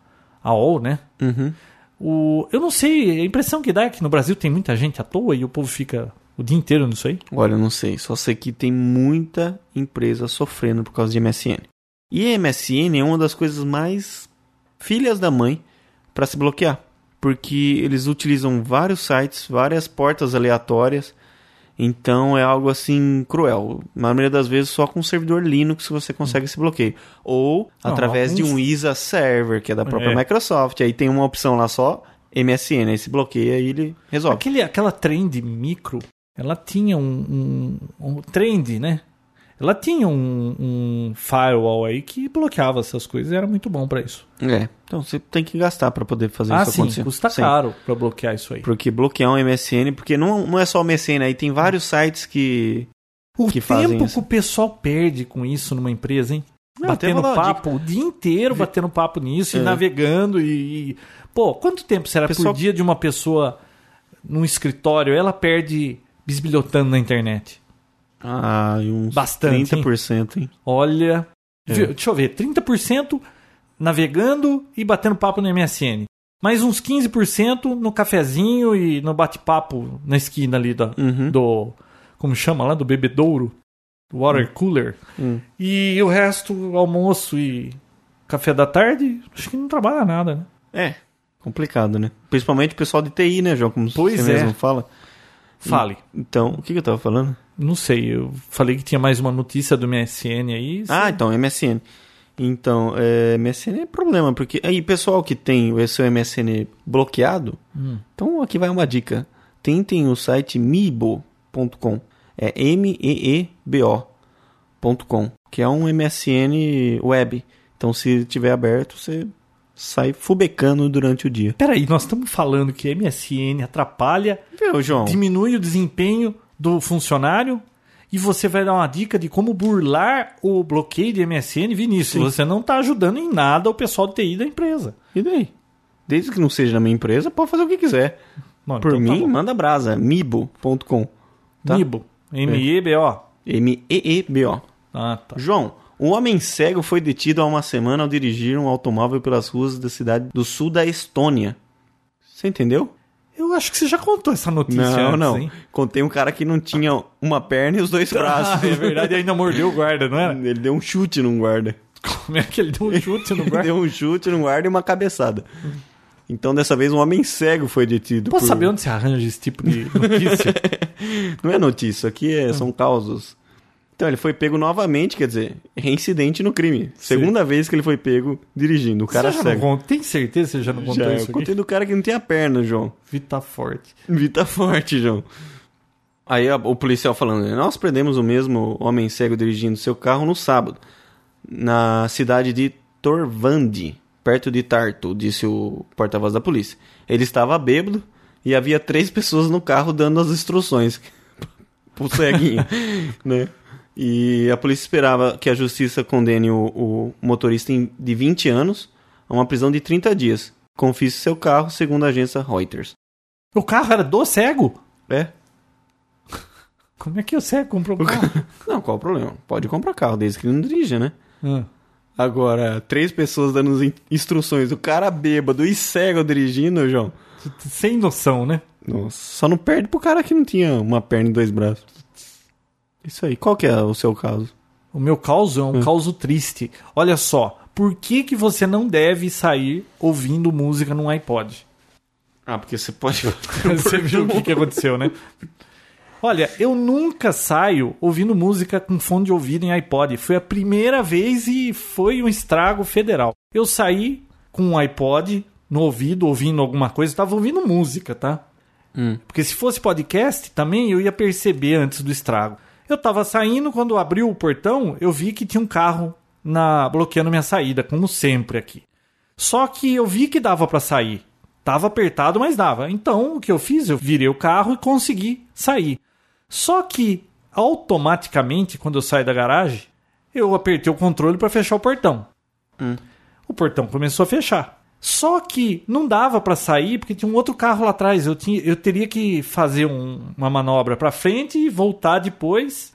C: AOL, né?
A: Uhum.
C: O, eu não sei, a impressão que dá é que no Brasil tem muita gente à toa e o povo fica o dia inteiro nisso aí.
A: Olha, eu não sei. Só sei que tem muita empresa sofrendo por causa de MSN. E a MSN é uma das coisas mais filhas da mãe para se bloquear. Porque eles utilizam vários sites, várias portas aleatórias. Então é algo assim cruel. Na maioria das vezes, só com um servidor Linux você consegue esse bloqueio. Ou
C: Não,
A: através de
C: alguns-
A: um ISA server, que é da própria
C: É.
A: Microsoft. Aí tem uma opção lá só, MSN. Aí se bloqueia e ele resolve.
C: Aquele, aquela trend micro, ela tinha um, um, um trend, né? Ela tinha um, um firewall aí que bloqueava essas coisas e era muito bom pra isso.
A: É. Então você tem que gastar para poder fazer
C: Ah,
A: isso
C: sim,
A: acontecer.
C: custa
A: Sim.
C: caro pra bloquear isso aí.
A: Porque bloquear um MSN, porque não, não é só o MSN, aí tem vários sites que.
C: O
A: que fazem
C: tempo que
A: isso.
C: o pessoal perde com isso numa empresa, hein?
A: Ah,
C: batendo
A: até vou dar uma
C: papo o dia inteiro, batendo papo nisso e
A: É.
C: navegando e, e- Pô, quanto tempo será
A: Pessoal-
C: por dia de uma pessoa num escritório, ela perde bisbilhotando na internet?
A: Ah, e uns
C: Bastante,
A: 30%, hein?
C: Olha...
A: É.
C: vi- Deixa eu ver, 30% navegando e batendo papo no MSN. Mais uns 15% no cafezinho e no bate-papo na esquina ali da,
A: Uhum.
C: do. Como chama lá? Do bebedouro. do Water cooler.
A: Hum.
C: E o resto, almoço e café da tarde, acho que não trabalha nada, né?
A: É. Complicado, né? Principalmente o pessoal de TI, né, João? Como
C: Pois
A: você
C: é.
A: mesmo fala.
C: Fale.
A: Então, o que, que eu tava falando?
C: Não sei, eu falei que tinha mais uma notícia do MSN aí.
A: Ah,
C: sim.
A: então, MSN. Então, é, MSN é problema, porque aí pessoal que tem o seu MSN bloqueado,
C: Hum.
A: então aqui vai uma dica. Tentem o site mibo.com. É M-E-E-B-O.com, que é um MSN web. Então, se tiver aberto, você sai fubecando durante o dia.
C: Peraí, nós estamos falando que MSN atrapalha,
A: Viu, João?
C: diminui o desempenho do funcionário e você vai dar uma dica de como burlar o bloqueio de MSN, Vinícius.
A: Sim.
C: Você não está ajudando em nada o pessoal de TI da empresa.
A: E daí? Desde que não seja na minha empresa, pode fazer o que quiser.
C: Bom,
A: Por
C: então tá
A: mim,
C: bom.
A: manda brasa. Mibo.com. tá.
C: Mibo. M-E-B-O.
A: M-E-E-B-O.
C: Ah, tá.
A: João, um homem cego foi detido há uma semana ao dirigir um automóvel pelas ruas da cidade do sul da Estônia. Você entendeu?
C: Eu acho que você já contou essa notícia
A: Não,
C: antes,
A: não.
C: hein?
A: Contei um cara que não tinha uma perna e os
C: *laughs*
A: dois braços.
C: Ah, é verdade, ainda mordeu o guarda, não
A: *laughs*
C: era?
A: Ele deu um chute num guarda.
C: Como é que ele deu um chute no
A: Ele
C: guarda?
A: deu um chute num guarda e uma cabeçada. Então, dessa vez, um homem cego foi detido.
C: Posso
A: por-
C: saber onde você arranja esse tipo
A: *laughs*
C: de notícia?
A: Não é notícia, aqui é- são causos. Então, ele foi pego novamente, quer dizer, reincidente no crime. Segunda vez que ele foi pego dirigindo. O cara
C: você já não
A: cego.
C: contou? Tem certeza que você já não contou
A: Já,
C: isso
A: eu
C: aqui?
A: contei do cara que não tem a perna, João.
C: Vita Forte.
A: Vita forte, João. Aí a- o policial falando, "É, nós prendemos o mesmo homem cego dirigindo seu carro no sábado, na cidade de Torvandi, perto de Tartu, disse o porta-voz da polícia. Ele estava bêbado e havia três pessoas no carro dando as instruções *laughs* pro ceguinho, *laughs* né? E a polícia esperava que a justiça condene o, o motorista em- de 20 anos a uma prisão de 30 dias. Confisque seu carro, segundo a agência Reuters.
C: O carro era do cego?
A: É,
C: Como é que o cego comprou um carro?
A: Não, qual o problema? Pode comprar carro, desde que ele não dirija, né?
C: Ah.
A: Agora, três pessoas dando as in- instruções, o cara bêbado e cego dirigindo, João.
C: Sem noção, né?
A: Nossa, só não perde pro cara que não tinha uma perna e dois braços. Isso aí, qual que é o seu caso?
C: O meu caos é
A: Ah.
C: um caos triste. Olha só, por que, que você não deve sair ouvindo música num iPod?
A: Ah, porque você pode. *laughs*
C: Você viu o que, que aconteceu, né? Olha, eu nunca saio ouvindo música com fone de ouvido em iPod. Foi a primeira vez e foi um estrago federal. Eu saí com um iPod no ouvido, ouvindo alguma coisa, estava ouvindo música, tá? Porque se fosse podcast também, eu ia perceber antes do estrago. Eu tava saindo, quando abriu o portão, eu vi que tinha um carro na bloqueando minha saída, como sempre aqui. Só que eu vi que dava pra sair. Tava apertado, mas dava. Então, o que eu fiz? Eu virei o carro e consegui sair. Só que automaticamente, quando eu saio da garagem, eu apertei o controle pra fechar o portão. O portão começou a fechar. Só que não dava pra sair porque tinha um outro carro lá atrás. Eu, tinha, eu teria que fazer um- uma manobra pra frente e voltar depois.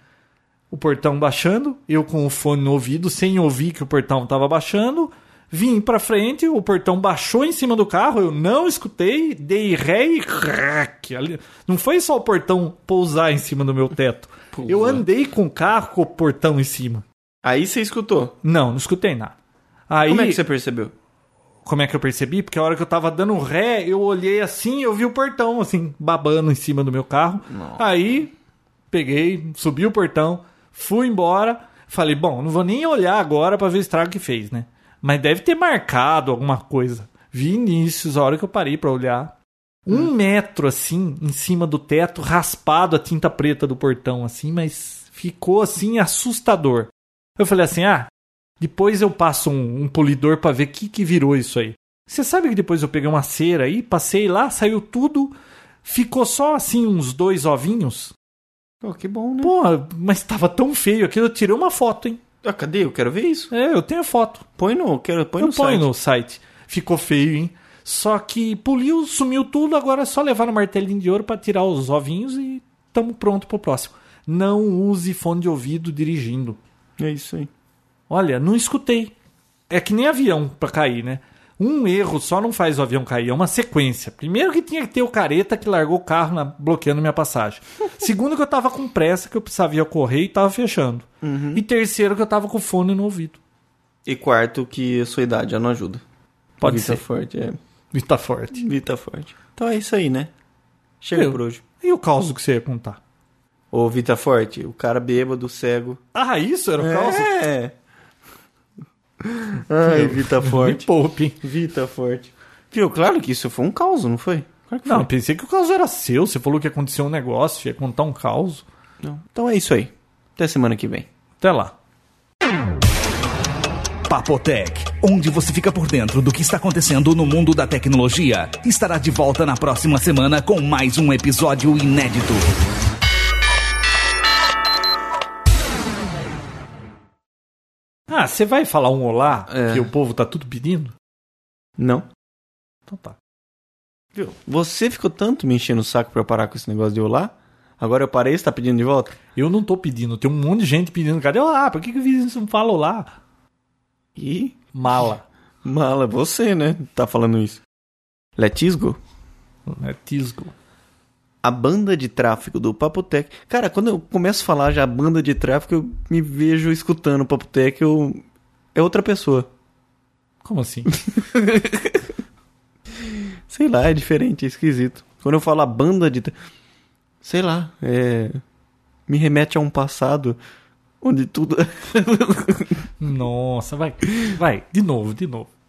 C: O portão baixando, eu com o fone no ouvido, sem ouvir que o portão estava baixando. Vim pra frente, o portão baixou em cima do carro, eu não escutei, dei ré e crack. Ali- Não foi só o portão pousar em cima do meu teto. Eu andei com o carro com o portão em cima.
A: Aí você escutou.
C: Não, não escutei nada. Aí,
A: Como é que você percebeu?
C: como é que eu percebi? Porque a hora que eu tava dando ré, eu olhei assim e eu vi o portão, assim, babando em cima do meu carro. Aí, peguei, subi o portão, fui embora. Falei, bom, não vou nem olhar agora pra ver o estrago que fez, né? Mas deve ter marcado alguma coisa. Vinícius, a hora que eu parei pra olhar. Um metro, assim, em cima do teto, raspado a tinta preta do portão, assim, mas ficou, assim, assustador. Eu falei assim, ah, depois eu passo um, um polidor pra ver o que, que virou isso aí. Você sabe que depois eu peguei uma cera aí, passei lá, saiu tudo, ficou só assim uns dois ovinhos.
A: Pô, que bom, né?
C: Porra, mas tava tão feio aquilo, eu tirei uma foto, hein?
A: Ah, cadê? Eu quero ver isso.
C: É, eu tenho a foto.
A: Põe no. Quero, põe
C: eu
A: no
C: ponho
A: site.
C: no site. Ficou feio, hein? Só que poliu, sumiu tudo, agora é só levar no martelinho de ouro pra tirar os ovinhos e tamo pronto pro próximo. Não use fone de ouvido dirigindo.
A: É isso aí.
C: Olha, não escutei. É que nem avião pra cair, né? Um erro só não faz o avião cair, é uma sequência. Primeiro que tinha que ter o careta que largou o carro na- bloqueando minha passagem. Segundo que eu tava com pressa, que eu precisava ir correr e tava fechando. E terceiro que eu tava com o fone no ouvido.
A: E quarto, que a sua idade já não ajuda.
C: Pode
A: Vita
C: ser.
A: forte, é.
C: E tá forte.
A: Vita forte. Então é isso aí, né? Chega
C: Eu.
A: por hoje.
C: E o caos que você ia contar?
A: Ô, Vita Forte, o cara bêbado, cego.
C: Ah, isso era o caos?
A: É. Ai, Vita
C: Me
A: Forte.
C: poupe, hein?
A: Vita Forte. Viu, claro que isso foi um caos, não foi? Claro que
C: Não, eu
A: foi.
C: pensei que o caos era seu. Você falou que aconteceu um negócio, ia contar um caos.
A: Não. Então é isso aí. Até semana que vem.
C: Até lá.
B: Papotec, onde você fica por dentro do que está acontecendo no mundo da tecnologia, estará de volta na próxima semana com mais um episódio inédito.
C: Ah, você vai falar um olá
A: É.
C: que o povo tá tudo pedindo?
A: Não.
C: Então tá.
A: Você ficou tanto me enchendo o saco pra eu parar com esse negócio de olá. Agora eu parei, você tá pedindo de volta?
C: Eu não tô pedindo, tem um monte de gente pedindo. Cadê olá? Por que, que o vizinho não fala olá?
A: Ih,
C: Mala.
A: mala, você, né? Tá falando isso. Letisgo?
C: É tisgo.
A: A banda de tráfego do Papotec. Cara, quando eu começo a falar já banda de tráfego, eu me vejo escutando o Papotec, eu. É outra pessoa.
C: Como assim?
A: Sei lá, é diferente, é esquisito. Quando eu falo a banda de. tra- Sei lá, é. Me remete a um passado onde tudo. *laughs*
C: Nossa, vai. Vai, de novo, de novo.